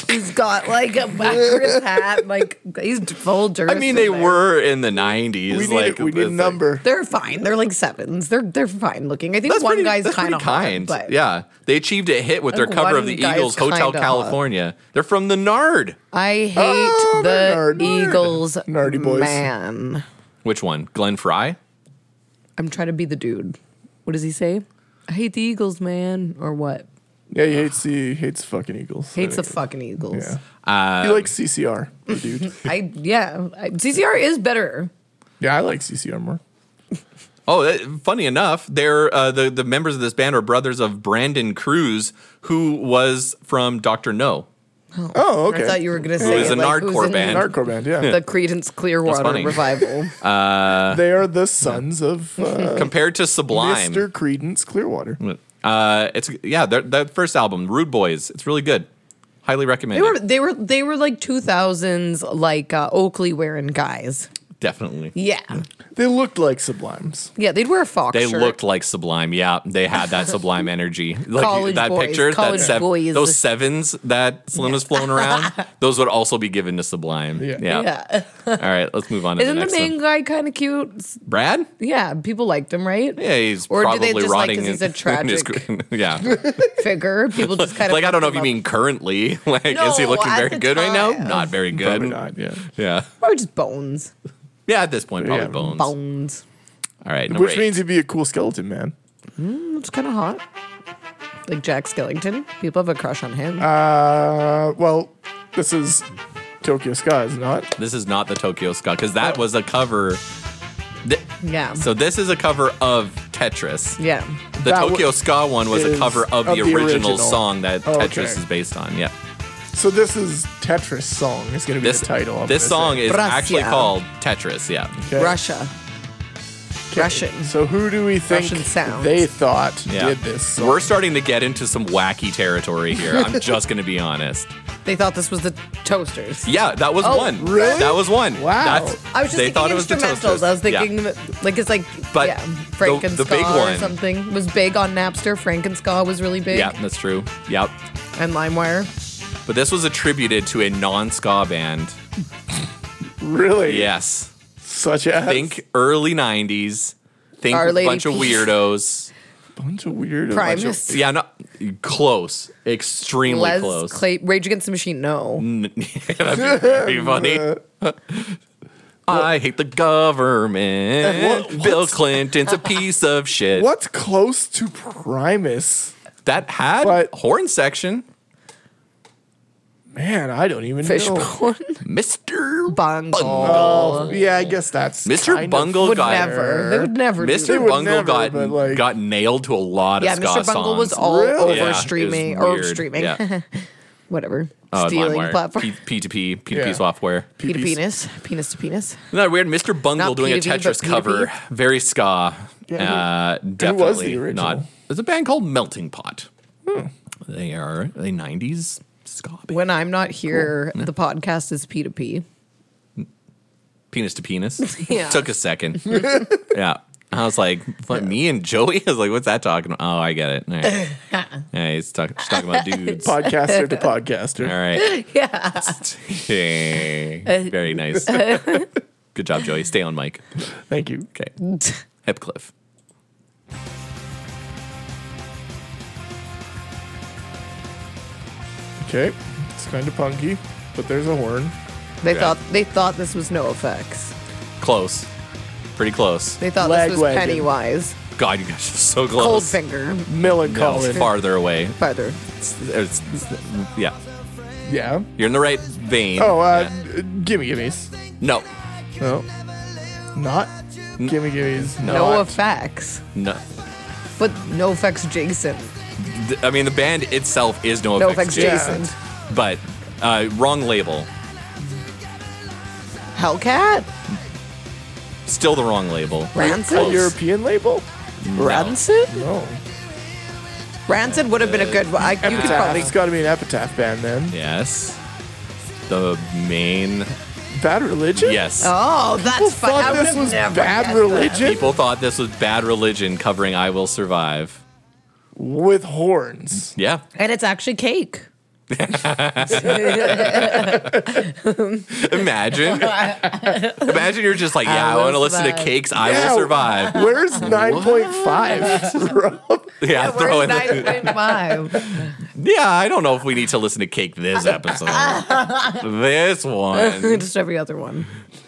[SPEAKER 3] He's got like a backwards hat. Like he's full Durston.
[SPEAKER 1] I mean, they
[SPEAKER 3] there.
[SPEAKER 1] were in the '90s.
[SPEAKER 4] we need,
[SPEAKER 1] like
[SPEAKER 4] a, we need a
[SPEAKER 1] it's like-
[SPEAKER 4] number.
[SPEAKER 3] They're fine. They're like sevens. They're they're fine looking. I think
[SPEAKER 1] That's
[SPEAKER 3] one
[SPEAKER 1] pretty,
[SPEAKER 3] guy's
[SPEAKER 1] that's
[SPEAKER 3] kind of
[SPEAKER 1] pretty kind.
[SPEAKER 3] But
[SPEAKER 1] yeah, they achieved a hit with their
[SPEAKER 3] Like,
[SPEAKER 1] cover of
[SPEAKER 3] one
[SPEAKER 1] the
[SPEAKER 3] guy's
[SPEAKER 1] Eagles Hotel
[SPEAKER 3] kinda hot.
[SPEAKER 1] California. They're from the Nard.
[SPEAKER 3] I hate
[SPEAKER 4] Oh, they're nerd-
[SPEAKER 3] the
[SPEAKER 4] nerd.
[SPEAKER 3] Eagles.
[SPEAKER 4] Nerdy boys.
[SPEAKER 3] Man,
[SPEAKER 1] Which one? Glenn Fry?
[SPEAKER 3] I'm trying to be the dude. What does he say? I hate the Eagles, man, or what?
[SPEAKER 4] Yeah, he hates the hates fucking Eagles.
[SPEAKER 3] Hates the fucking Eagles.
[SPEAKER 4] Yeah.
[SPEAKER 1] Uh,
[SPEAKER 4] he likes CCR, the dude.
[SPEAKER 3] I yeah. I, CCR is better.
[SPEAKER 4] yeah, I like CCR more.
[SPEAKER 1] Oh, that, funny enough, they're uh, the the members of this band are brothers of Brandon Cruz, who was from Doctor No.
[SPEAKER 4] Oh,
[SPEAKER 3] I thought
[SPEAKER 4] okay.
[SPEAKER 3] you were gonna say
[SPEAKER 1] is a
[SPEAKER 3] like,
[SPEAKER 1] nardcore
[SPEAKER 3] who's in
[SPEAKER 1] band.
[SPEAKER 4] Hardcore band, yeah.
[SPEAKER 3] The Credence Clearwater
[SPEAKER 1] funny.
[SPEAKER 3] Revival.
[SPEAKER 4] they are the sons of uh,
[SPEAKER 1] Compared to Sublime,
[SPEAKER 4] Mr. Credence Clearwater.
[SPEAKER 1] uh, it's yeah, their- that first album, Rude Boys, it's really good. Highly recommend.
[SPEAKER 3] They were
[SPEAKER 1] it.
[SPEAKER 3] they were they were like two thousands like uh, Oakley wearing guys.
[SPEAKER 1] Definitely.
[SPEAKER 3] Yeah,
[SPEAKER 4] They looked like Sublimes.
[SPEAKER 3] yeah. They'd wear a fox.
[SPEAKER 1] They
[SPEAKER 3] shirt.
[SPEAKER 1] looked like Sublime. Yeah, they had that Sublime energy. Like
[SPEAKER 3] College
[SPEAKER 1] that
[SPEAKER 3] boys,
[SPEAKER 1] picture, that
[SPEAKER 3] college
[SPEAKER 1] sev-
[SPEAKER 3] boys.
[SPEAKER 1] those sevens that Slim was flown around, those would also be given to Sublime.
[SPEAKER 4] Yeah.
[SPEAKER 3] Yeah.
[SPEAKER 1] All right, let's move on to
[SPEAKER 3] Isn't
[SPEAKER 1] the
[SPEAKER 3] the,
[SPEAKER 1] next
[SPEAKER 3] main
[SPEAKER 1] one.
[SPEAKER 3] guy kind of cute? S-
[SPEAKER 1] Brad?
[SPEAKER 3] Yeah, people liked him, right?
[SPEAKER 1] Yeah, he's
[SPEAKER 3] Or do
[SPEAKER 1] probably
[SPEAKER 3] they just like
[SPEAKER 1] rotting
[SPEAKER 3] 'cause he's a
[SPEAKER 1] in- in his
[SPEAKER 3] tragic
[SPEAKER 1] gr- yeah.
[SPEAKER 3] figure? People just kind of
[SPEAKER 1] like I don't know if you
[SPEAKER 3] him up.
[SPEAKER 1] mean currently. Like, is he
[SPEAKER 3] No,
[SPEAKER 1] looking
[SPEAKER 3] at
[SPEAKER 1] very
[SPEAKER 3] the
[SPEAKER 1] good right now?
[SPEAKER 3] time.
[SPEAKER 1] Not very good.
[SPEAKER 4] Probably not, yeah.
[SPEAKER 1] Yeah,
[SPEAKER 3] or just bones,
[SPEAKER 1] yeah. At this point, probably
[SPEAKER 4] Yeah.
[SPEAKER 1] bones.
[SPEAKER 3] bones.
[SPEAKER 1] All right, number
[SPEAKER 4] Which
[SPEAKER 1] eight.
[SPEAKER 4] means he'd be a cool skeleton man.
[SPEAKER 3] It's kind of hot. Like Jack Skellington, people have a crush on him.
[SPEAKER 4] Uh, well, this is Tokyo Sky, is it not?
[SPEAKER 1] this is not the Tokyo Ska because that was a cover. Th-
[SPEAKER 3] yeah.
[SPEAKER 1] so this is a cover of Tetris.
[SPEAKER 3] yeah.
[SPEAKER 1] The
[SPEAKER 4] That wa-
[SPEAKER 1] Tokyo Ska one was a
[SPEAKER 4] is
[SPEAKER 1] cover of, the, original, song that
[SPEAKER 4] Oh,
[SPEAKER 1] Tetris
[SPEAKER 4] okay.
[SPEAKER 1] is based on. Yeah,
[SPEAKER 4] So this is Tetris song. It's gonna be
[SPEAKER 1] this
[SPEAKER 4] the title. I'm
[SPEAKER 1] this
[SPEAKER 4] gonna
[SPEAKER 1] song
[SPEAKER 4] say.
[SPEAKER 1] is
[SPEAKER 3] Brass,
[SPEAKER 1] actually
[SPEAKER 3] yeah.
[SPEAKER 1] called Tetris. Yeah,
[SPEAKER 4] Okay.
[SPEAKER 3] Russia. Russian.
[SPEAKER 4] So who do we think
[SPEAKER 3] Russian sounds.
[SPEAKER 4] they thought
[SPEAKER 1] yeah.
[SPEAKER 4] did this? Song?
[SPEAKER 1] We're starting to get into some wacky territory here. I'm just gonna be honest.
[SPEAKER 3] They thought this was the Toasters.
[SPEAKER 1] Yeah, that was
[SPEAKER 3] Oh,
[SPEAKER 1] one.
[SPEAKER 4] really?
[SPEAKER 1] That was one.
[SPEAKER 4] Wow.
[SPEAKER 3] I was just
[SPEAKER 1] they
[SPEAKER 3] thinking
[SPEAKER 1] thought it was the
[SPEAKER 3] instrumentals.
[SPEAKER 1] Toasters.
[SPEAKER 3] I was
[SPEAKER 1] Yeah.
[SPEAKER 3] thinking like it's like
[SPEAKER 1] But
[SPEAKER 3] yeah,
[SPEAKER 1] the-
[SPEAKER 3] Frankenska
[SPEAKER 1] the big
[SPEAKER 3] or
[SPEAKER 1] one-
[SPEAKER 3] something was big on Napster. Frankenska was really big.
[SPEAKER 1] Yeah, that's true. Yep.
[SPEAKER 3] And LimeWire.
[SPEAKER 1] But this was attributed to a non-ska band.
[SPEAKER 4] really
[SPEAKER 1] Yes.
[SPEAKER 4] such as
[SPEAKER 1] Think early 90s. Think
[SPEAKER 3] Our
[SPEAKER 1] a
[SPEAKER 3] Lady
[SPEAKER 1] bunch of
[SPEAKER 3] Peace.
[SPEAKER 1] weirdos.
[SPEAKER 4] bunch of weird
[SPEAKER 3] Primus.
[SPEAKER 1] Yeah, not close. Extremely
[SPEAKER 3] Les
[SPEAKER 1] close.
[SPEAKER 3] Clay, Rage Against the Machine. No.
[SPEAKER 1] That'd be very funny. I hate the government.
[SPEAKER 4] What-
[SPEAKER 1] Bill Clinton's a piece of shit.
[SPEAKER 4] What's close to Primus?
[SPEAKER 1] That had
[SPEAKER 4] But-
[SPEAKER 1] horn section.
[SPEAKER 4] Man, I don't even know.
[SPEAKER 3] Fishbone.
[SPEAKER 1] Mr.
[SPEAKER 3] Bungle.
[SPEAKER 4] Oh, yeah, I guess that's
[SPEAKER 1] Mr.
[SPEAKER 4] kind of-
[SPEAKER 1] Bungle
[SPEAKER 3] Would
[SPEAKER 1] got
[SPEAKER 3] never. They would never. do
[SPEAKER 1] Mr.
[SPEAKER 3] that.
[SPEAKER 4] would
[SPEAKER 1] Bungle
[SPEAKER 4] never,
[SPEAKER 1] got
[SPEAKER 4] but, like-
[SPEAKER 1] got nailed to a lot of
[SPEAKER 3] Yeah,
[SPEAKER 1] ska
[SPEAKER 3] Mr. Bungle was
[SPEAKER 1] songs.
[SPEAKER 3] all
[SPEAKER 4] Really?
[SPEAKER 3] over
[SPEAKER 1] Yeah, it was
[SPEAKER 3] streaming or
[SPEAKER 1] weird.
[SPEAKER 3] streaming.
[SPEAKER 1] Yeah.
[SPEAKER 3] Whatever.
[SPEAKER 1] Oh, and
[SPEAKER 3] Stealing
[SPEAKER 1] LimeWire.
[SPEAKER 3] platform.
[SPEAKER 1] P- P2P, P2P
[SPEAKER 4] Yeah.
[SPEAKER 1] software.
[SPEAKER 3] P to
[SPEAKER 4] PPs.
[SPEAKER 3] penis. Penis to penis.
[SPEAKER 1] Isn't that weird? Mr. Bungle
[SPEAKER 3] Not
[SPEAKER 1] doing a
[SPEAKER 3] P2P, but
[SPEAKER 1] Tetris cover.
[SPEAKER 3] P2P.
[SPEAKER 1] Very ska.
[SPEAKER 4] Yeah,
[SPEAKER 1] uh, definitely
[SPEAKER 4] was the original?
[SPEAKER 1] not. There's a band called Melting Pot. They are a 90s ska band.
[SPEAKER 3] When I'm not here, the podcast is P2P.
[SPEAKER 1] penis to penis.
[SPEAKER 3] Yeah.
[SPEAKER 1] Took a second. yeah. I was like, what, me and Joey? I was like, what's that talking about? Oh, I get it. All right. yeah, he's talk- she's talking about dudes. All
[SPEAKER 4] podcaster to podcaster.
[SPEAKER 1] right.
[SPEAKER 3] Yeah.
[SPEAKER 1] Hey. Very nice. Good job, Joey. Stay on mic.
[SPEAKER 4] Thank you.
[SPEAKER 1] Okay. Hepcliff.
[SPEAKER 4] Okay, it's kind of punky, but there's a horn.
[SPEAKER 3] They
[SPEAKER 1] Yeah.
[SPEAKER 3] thought they thought this was no effects.
[SPEAKER 1] Close. Pretty close.
[SPEAKER 3] They thought
[SPEAKER 4] Lag
[SPEAKER 3] this was
[SPEAKER 4] wagon.
[SPEAKER 3] Pennywise.
[SPEAKER 1] God, you guys are so
[SPEAKER 3] Cold
[SPEAKER 1] close.
[SPEAKER 3] finger.
[SPEAKER 1] No,
[SPEAKER 4] Melancholy.
[SPEAKER 1] farther away.
[SPEAKER 3] Farther.
[SPEAKER 1] It's- it's- it's- yeah.
[SPEAKER 4] Yeah.
[SPEAKER 1] You're in the right vein.
[SPEAKER 4] Oh, uh,
[SPEAKER 1] Yeah.
[SPEAKER 4] gimme gimmes.
[SPEAKER 1] No.
[SPEAKER 4] No. Not gimme gimmes.
[SPEAKER 3] No
[SPEAKER 4] Not-
[SPEAKER 3] effects.
[SPEAKER 1] No.
[SPEAKER 3] But no effects Jason.
[SPEAKER 1] Th- I mean, the band itself is No,
[SPEAKER 3] No
[SPEAKER 1] Effects
[SPEAKER 3] effects
[SPEAKER 1] Jason.
[SPEAKER 3] Jason.
[SPEAKER 1] But uh, wrong label.
[SPEAKER 3] Hellcat?
[SPEAKER 1] Still the wrong label.
[SPEAKER 4] A
[SPEAKER 3] Rancid?
[SPEAKER 4] European label?
[SPEAKER 3] Rancid?
[SPEAKER 4] No.
[SPEAKER 3] Rancid would have been a good one. I, you could
[SPEAKER 4] Epitaph.
[SPEAKER 3] probably
[SPEAKER 4] It's got to be an epitaph band then.
[SPEAKER 1] Yes. The main.
[SPEAKER 4] Bad religion?
[SPEAKER 1] Yes.
[SPEAKER 3] Oh, that's
[SPEAKER 4] Well,
[SPEAKER 3] fun. I
[SPEAKER 4] fuck,
[SPEAKER 3] would
[SPEAKER 4] this
[SPEAKER 3] have
[SPEAKER 4] was
[SPEAKER 3] never
[SPEAKER 4] bad
[SPEAKER 3] guessed that.
[SPEAKER 4] religion.
[SPEAKER 1] People thought this was Bad Religion covering I Will Survive.
[SPEAKER 4] with horns.
[SPEAKER 1] Yeah.
[SPEAKER 3] And it's actually cake.
[SPEAKER 1] Imagine. Imagine you're just like, yeah, I,
[SPEAKER 3] will
[SPEAKER 1] want to listen to
[SPEAKER 3] survive.
[SPEAKER 1] Cakes. I
[SPEAKER 4] Yeah.
[SPEAKER 1] will survive.
[SPEAKER 4] Where's nine point five?
[SPEAKER 1] Yeah, throw
[SPEAKER 3] Where's
[SPEAKER 1] in the,
[SPEAKER 3] 9.5?
[SPEAKER 1] yeah, I don't know if we need to listen to Cake this episode. this one.
[SPEAKER 3] Just every other one.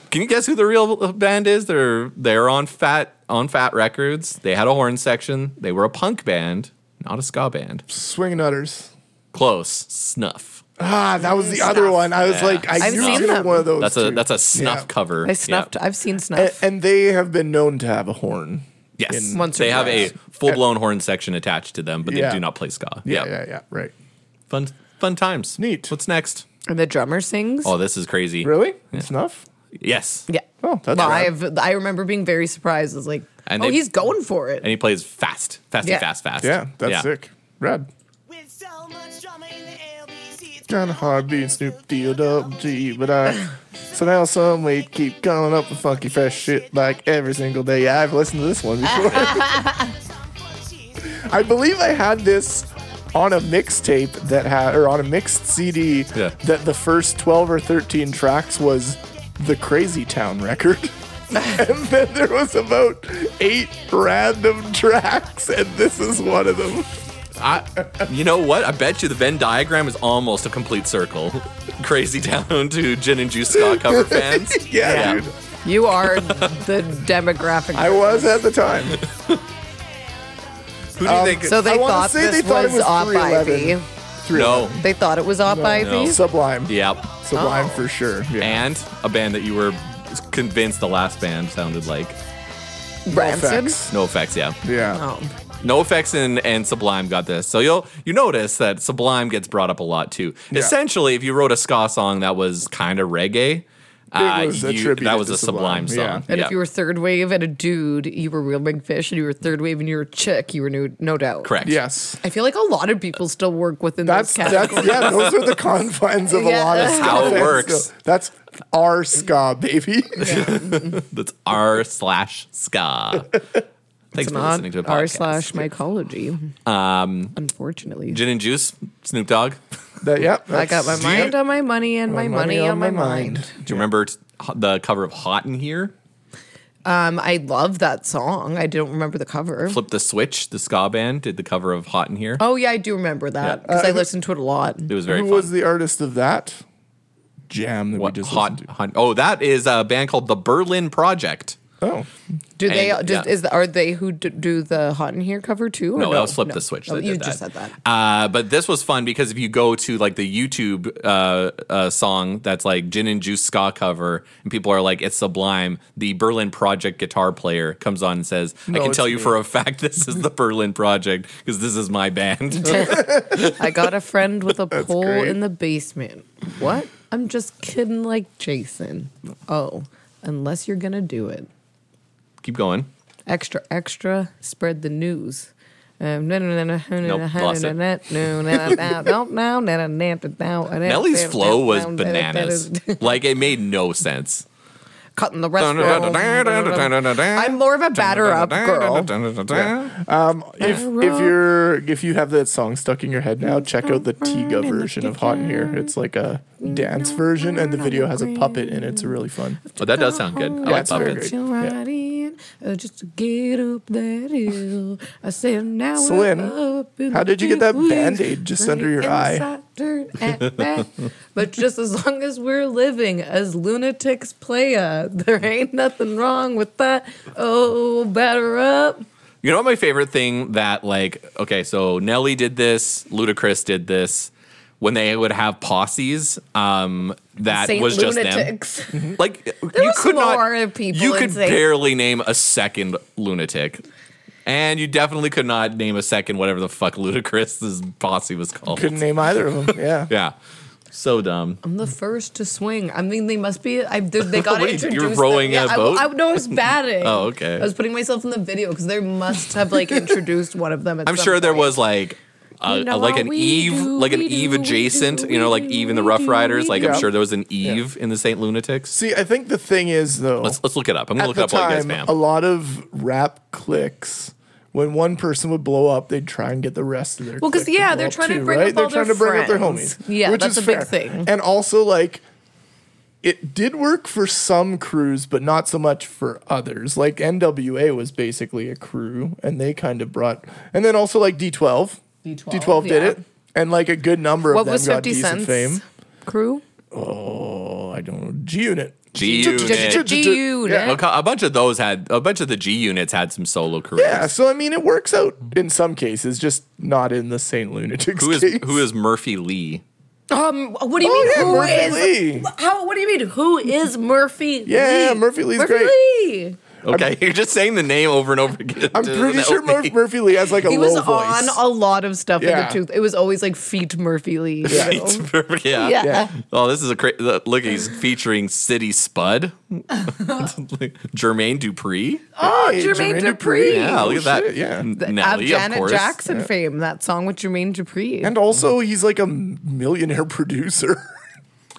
[SPEAKER 1] Can you guess who the real band is? They're they're on Fat on Fat Records. They had a horn section. They were a punk band, not a ska band.
[SPEAKER 4] Swing Nutters.
[SPEAKER 1] Close. Snuff.
[SPEAKER 4] Ah, that was the other one. I was
[SPEAKER 1] Yeah.
[SPEAKER 4] like, I
[SPEAKER 3] I've
[SPEAKER 4] knew it
[SPEAKER 3] seen
[SPEAKER 4] was gonna be
[SPEAKER 3] them.
[SPEAKER 4] one of those.
[SPEAKER 1] That's a
[SPEAKER 4] two.
[SPEAKER 1] that's a snuff
[SPEAKER 4] Yeah.
[SPEAKER 1] cover.
[SPEAKER 3] I
[SPEAKER 1] Yeah.
[SPEAKER 3] snuffed. I've seen
[SPEAKER 4] A-
[SPEAKER 3] snuff.
[SPEAKER 4] and they have been known to have a horn.
[SPEAKER 1] Yes.
[SPEAKER 4] in-
[SPEAKER 3] Once or
[SPEAKER 1] they have a
[SPEAKER 3] twice.
[SPEAKER 1] full blown horn section attached to them, but
[SPEAKER 4] Yeah.
[SPEAKER 1] they do not play ska.
[SPEAKER 4] Yeah,
[SPEAKER 1] Yeah.
[SPEAKER 4] yeah, yeah. Right.
[SPEAKER 1] Fun fun times.
[SPEAKER 4] Neat.
[SPEAKER 1] What's next?
[SPEAKER 3] and the drummer sings.
[SPEAKER 1] Oh, this is crazy.
[SPEAKER 4] Really? Snuff?
[SPEAKER 1] Yes.
[SPEAKER 3] Yeah.
[SPEAKER 4] Oh, that's rad.
[SPEAKER 3] Live. I remember being very surprised. I was like,
[SPEAKER 1] And
[SPEAKER 3] oh,
[SPEAKER 1] they-
[SPEAKER 3] he's going for it.
[SPEAKER 1] And he plays fast. Fasty,
[SPEAKER 3] Yeah.
[SPEAKER 1] fast, fast.
[SPEAKER 4] Yeah, that's sick. Rad.
[SPEAKER 6] With so much drama in the LBC, it's
[SPEAKER 4] John Harvey and Snoop D-O-G, but I somehow, some way, keep coming up with funky fresh shit like every single day. Yeah, I've listened to this one before. I believe I had this on a mixtape that had, or on a mixed CD
[SPEAKER 1] Yeah.
[SPEAKER 4] that the first 12 or 13 tracks was the Crazy Town record. and then there was about eight random tracks, and this is one of them.
[SPEAKER 1] I, you know what? I bet you the Venn diagram is almost a complete circle. Crazy Town to Gin and Juice Scott cover fans.
[SPEAKER 4] Yeah,
[SPEAKER 1] Yeah.
[SPEAKER 4] dude.
[SPEAKER 3] You are the demographic.
[SPEAKER 4] I was at the time.
[SPEAKER 1] Who do you think?
[SPEAKER 3] so they
[SPEAKER 4] I wanna
[SPEAKER 3] thought
[SPEAKER 4] say
[SPEAKER 3] this
[SPEAKER 4] they thought it
[SPEAKER 3] was,
[SPEAKER 4] was
[SPEAKER 3] Op
[SPEAKER 4] 311.
[SPEAKER 3] Ivy.
[SPEAKER 1] no.
[SPEAKER 3] They thought it was Op Ivy.
[SPEAKER 4] Sublime.
[SPEAKER 1] Yep.
[SPEAKER 4] Sublime for sure. Yeah.
[SPEAKER 1] And a band that you were convinced the last band sounded like.
[SPEAKER 3] Branson.
[SPEAKER 4] Facts.
[SPEAKER 1] No effects, yeah.
[SPEAKER 4] Yeah.
[SPEAKER 3] Oh.
[SPEAKER 1] No effects and, and Sublime got this. So you'll you notice that Sublime gets brought up a lot too. Essentially, if you wrote a ska song that was kind of reggae, uh,
[SPEAKER 4] was a
[SPEAKER 1] you-
[SPEAKER 4] tribute
[SPEAKER 1] that was
[SPEAKER 4] to
[SPEAKER 1] a Sublime,
[SPEAKER 4] Sublime,
[SPEAKER 1] song.
[SPEAKER 3] And
[SPEAKER 1] Yeah.
[SPEAKER 3] if you were third wave and a dude, you were real big fish. And you were third wave and you were a chick, you were no, no doubt.
[SPEAKER 1] correct,
[SPEAKER 4] Yes.
[SPEAKER 3] I feel like a lot of people still work within
[SPEAKER 4] That's
[SPEAKER 3] those
[SPEAKER 4] that's
[SPEAKER 3] categories.
[SPEAKER 4] yeah. Those are the confines of a
[SPEAKER 3] Yeah.
[SPEAKER 4] lot of ska
[SPEAKER 1] How it
[SPEAKER 4] fans,
[SPEAKER 1] works.
[SPEAKER 4] though. That's our ska baby.
[SPEAKER 1] that's r slash ska. Thanks for
[SPEAKER 3] Not
[SPEAKER 1] listening to the podcast.
[SPEAKER 3] R slash mycology. Um, Unfortunately.
[SPEAKER 1] Gin and Juice, Snoop Dogg.
[SPEAKER 4] that, yep.
[SPEAKER 3] I got my
[SPEAKER 4] that's-
[SPEAKER 3] mind on my money and my, money, on my mind.
[SPEAKER 1] Do you remember t- ho- the cover of Hot in Here?
[SPEAKER 3] Um, I love that song. I don't remember the cover.
[SPEAKER 1] Flip the Switch, the ska band did the cover of Hot in Here.
[SPEAKER 3] Oh yeah, I do remember that
[SPEAKER 1] Yeah.
[SPEAKER 3] because I listened to Uh, it a lot.
[SPEAKER 1] It was very
[SPEAKER 4] Who
[SPEAKER 1] fun.
[SPEAKER 4] was the artist of that jam that
[SPEAKER 1] what,
[SPEAKER 4] we just
[SPEAKER 1] hot,
[SPEAKER 4] listened
[SPEAKER 1] hot, oh, that is a band called the Berlin Project.
[SPEAKER 4] to? Oh,
[SPEAKER 3] Do they?
[SPEAKER 1] And-
[SPEAKER 3] does,
[SPEAKER 1] yeah.
[SPEAKER 3] Is the, are they who d- do the Hot in Here cover too? or
[SPEAKER 1] No, that was Flip the Switch
[SPEAKER 3] Oh,
[SPEAKER 1] that
[SPEAKER 3] you
[SPEAKER 1] did
[SPEAKER 3] just
[SPEAKER 1] that.
[SPEAKER 3] said that.
[SPEAKER 1] Uh, but this was fun because if you go to like the YouTube uh, uh, song that's like Gin and Juice Ska cover, and people are like, it's sublime, the Berlin Project guitar player comes on and says, I can
[SPEAKER 4] it's
[SPEAKER 1] tell you
[SPEAKER 4] me."
[SPEAKER 1] for a fact this is the Berlin Project because this is my band.
[SPEAKER 3] I got a friend with a pole
[SPEAKER 4] great.
[SPEAKER 3] in the basement. What? I'm just kidding, like Jason. Oh, unless you're gonna do it.
[SPEAKER 1] Keep going.
[SPEAKER 3] Extra, extra, spread the news. Um, no, no, no, no, no, no, no,
[SPEAKER 1] Nope,
[SPEAKER 3] no,
[SPEAKER 1] lost
[SPEAKER 3] no,
[SPEAKER 1] it.
[SPEAKER 3] no, no, no, no, no, no, no, no, no, no.
[SPEAKER 1] Nelly's flow was bananas. like it made no sense.
[SPEAKER 3] Cutting the rest. I'm more of a batter up girl.
[SPEAKER 4] um, if if you're if you have that song stuck in your head now, check out the Tiga version of Hot in Here. It's like a dance version, and the video has a puppet, and it's really fun.
[SPEAKER 1] But Oh, that does sound good. I like
[SPEAKER 4] it's very
[SPEAKER 1] puppets.
[SPEAKER 4] good.
[SPEAKER 3] Riding, uh, just to get up that hill. I said now we're
[SPEAKER 4] Celine,
[SPEAKER 3] up in
[SPEAKER 4] how did you get that
[SPEAKER 3] the wings,
[SPEAKER 4] Band-Aid just under your eye?
[SPEAKER 3] inside dirt at that. but just as long as we're living as lunatics playa, there ain't nothing wrong with that. Oh, batter up.
[SPEAKER 1] You know what my favorite thing that like okay, so Nelly did this, Ludacris did this. When they would have posses, um, that
[SPEAKER 3] Saint
[SPEAKER 1] was just them.
[SPEAKER 3] lunatics.
[SPEAKER 1] Like you
[SPEAKER 3] was
[SPEAKER 1] could
[SPEAKER 3] more
[SPEAKER 1] not,
[SPEAKER 3] people
[SPEAKER 1] you
[SPEAKER 3] in
[SPEAKER 1] could
[SPEAKER 3] Saint-
[SPEAKER 1] barely name a second lunatic, and you definitely could not name a second whatever the fuck Ludacris's posse was called.
[SPEAKER 4] Couldn't name either of them. Yeah.
[SPEAKER 1] yeah, so dumb.
[SPEAKER 3] I'm the first to swing. I mean, they must be. I they, they got
[SPEAKER 1] What,
[SPEAKER 3] to
[SPEAKER 1] you-
[SPEAKER 3] introduce.
[SPEAKER 1] you were rowing
[SPEAKER 3] them.
[SPEAKER 1] a
[SPEAKER 3] yeah, I-
[SPEAKER 1] boat?
[SPEAKER 3] I, no, I was batting.
[SPEAKER 1] Oh, okay.
[SPEAKER 3] I was putting myself in the video because they must have like introduced one of them. At
[SPEAKER 1] I'm
[SPEAKER 3] some
[SPEAKER 1] sure there
[SPEAKER 3] point.
[SPEAKER 1] was like a,
[SPEAKER 3] You
[SPEAKER 1] a-
[SPEAKER 3] know
[SPEAKER 1] like
[SPEAKER 3] what
[SPEAKER 1] an
[SPEAKER 3] we
[SPEAKER 1] Eve,
[SPEAKER 3] do,
[SPEAKER 1] like an
[SPEAKER 3] we
[SPEAKER 1] Eve
[SPEAKER 3] do, we
[SPEAKER 1] adjacent,
[SPEAKER 3] do,
[SPEAKER 1] you know,
[SPEAKER 3] we
[SPEAKER 1] like
[SPEAKER 3] do,
[SPEAKER 1] Eve and the
[SPEAKER 3] we
[SPEAKER 1] Rough
[SPEAKER 3] do,
[SPEAKER 1] Riders.
[SPEAKER 3] we
[SPEAKER 1] Like
[SPEAKER 4] do.
[SPEAKER 1] I'm sure there was an Eve in the Saint Lunatics.
[SPEAKER 4] See, I think the thing is though.
[SPEAKER 1] Let's let's look it up. I'm gonna
[SPEAKER 4] at
[SPEAKER 1] look
[SPEAKER 4] the
[SPEAKER 1] it up while you guys
[SPEAKER 4] time,
[SPEAKER 1] spam.
[SPEAKER 4] a lot of rap cliques when one person would blow up, they'd try and get the rest of their
[SPEAKER 3] Well, 'cause,
[SPEAKER 4] clique
[SPEAKER 3] yeah,
[SPEAKER 4] blow
[SPEAKER 3] they're
[SPEAKER 4] up
[SPEAKER 3] trying to bring up
[SPEAKER 4] they're
[SPEAKER 3] all their
[SPEAKER 4] trying to bring up their homies.
[SPEAKER 3] friends. Yeah,
[SPEAKER 4] which
[SPEAKER 3] that's
[SPEAKER 4] is
[SPEAKER 3] a
[SPEAKER 4] fair.
[SPEAKER 3] big thing.
[SPEAKER 4] And also like it did work for some crews, but not so much for others. Like NWA was basically a crew, and they kind of brought, and then also like D12,
[SPEAKER 3] D12,
[SPEAKER 4] did
[SPEAKER 3] yeah.
[SPEAKER 4] it, and like a good number
[SPEAKER 3] What
[SPEAKER 4] of them
[SPEAKER 3] was
[SPEAKER 4] got
[SPEAKER 3] 50
[SPEAKER 4] decent
[SPEAKER 3] Cent's
[SPEAKER 4] fame.
[SPEAKER 3] crew?
[SPEAKER 4] Oh, I don't know, G Unit.
[SPEAKER 1] G Unit.
[SPEAKER 3] G-Unit.
[SPEAKER 4] Yeah.
[SPEAKER 1] Look, a bunch of those had a bunch of the G units had some solo careers.
[SPEAKER 4] Yeah, so I mean, it works out in some cases, just not in the Saint Lunatics
[SPEAKER 1] Who is
[SPEAKER 4] case.
[SPEAKER 1] who is Murphy Lee?
[SPEAKER 3] Um, what do you
[SPEAKER 4] Oh,
[SPEAKER 3] mean?
[SPEAKER 4] yeah,
[SPEAKER 3] who
[SPEAKER 4] Murphy
[SPEAKER 3] is
[SPEAKER 4] Lee.
[SPEAKER 3] how? What do you mean? Who is Murphy?
[SPEAKER 4] Yeah,
[SPEAKER 3] Lee?
[SPEAKER 4] Murphy Lee's
[SPEAKER 3] Murphy
[SPEAKER 4] great.
[SPEAKER 3] Lee.
[SPEAKER 1] Okay, you're just saying the name over and over again.
[SPEAKER 4] I'm
[SPEAKER 1] Doesn't
[SPEAKER 4] pretty
[SPEAKER 1] help
[SPEAKER 4] sure Mur-
[SPEAKER 1] me.
[SPEAKER 4] Murphy Lee has like a
[SPEAKER 3] He
[SPEAKER 4] low
[SPEAKER 3] was
[SPEAKER 4] voice.
[SPEAKER 3] on a lot of stuff
[SPEAKER 4] Yeah.
[SPEAKER 3] in the tooth. It was always like feet Murphy Lee.
[SPEAKER 4] Yeah.
[SPEAKER 3] you know?
[SPEAKER 1] It's perfect, yeah.
[SPEAKER 3] Yeah.
[SPEAKER 4] yeah.
[SPEAKER 1] Oh, this is a cra- look. look, He's featuring City Spud, Jermaine Dupree.
[SPEAKER 4] Oh,
[SPEAKER 3] Jermaine Dupri.
[SPEAKER 1] Yeah, look at that.
[SPEAKER 4] shit, yeah.
[SPEAKER 1] N-
[SPEAKER 3] Of
[SPEAKER 1] Nelly, of
[SPEAKER 3] Janet
[SPEAKER 1] course.
[SPEAKER 3] Jackson fame, that song with Jermaine Dupri.
[SPEAKER 4] And also, he's like a millionaire producer.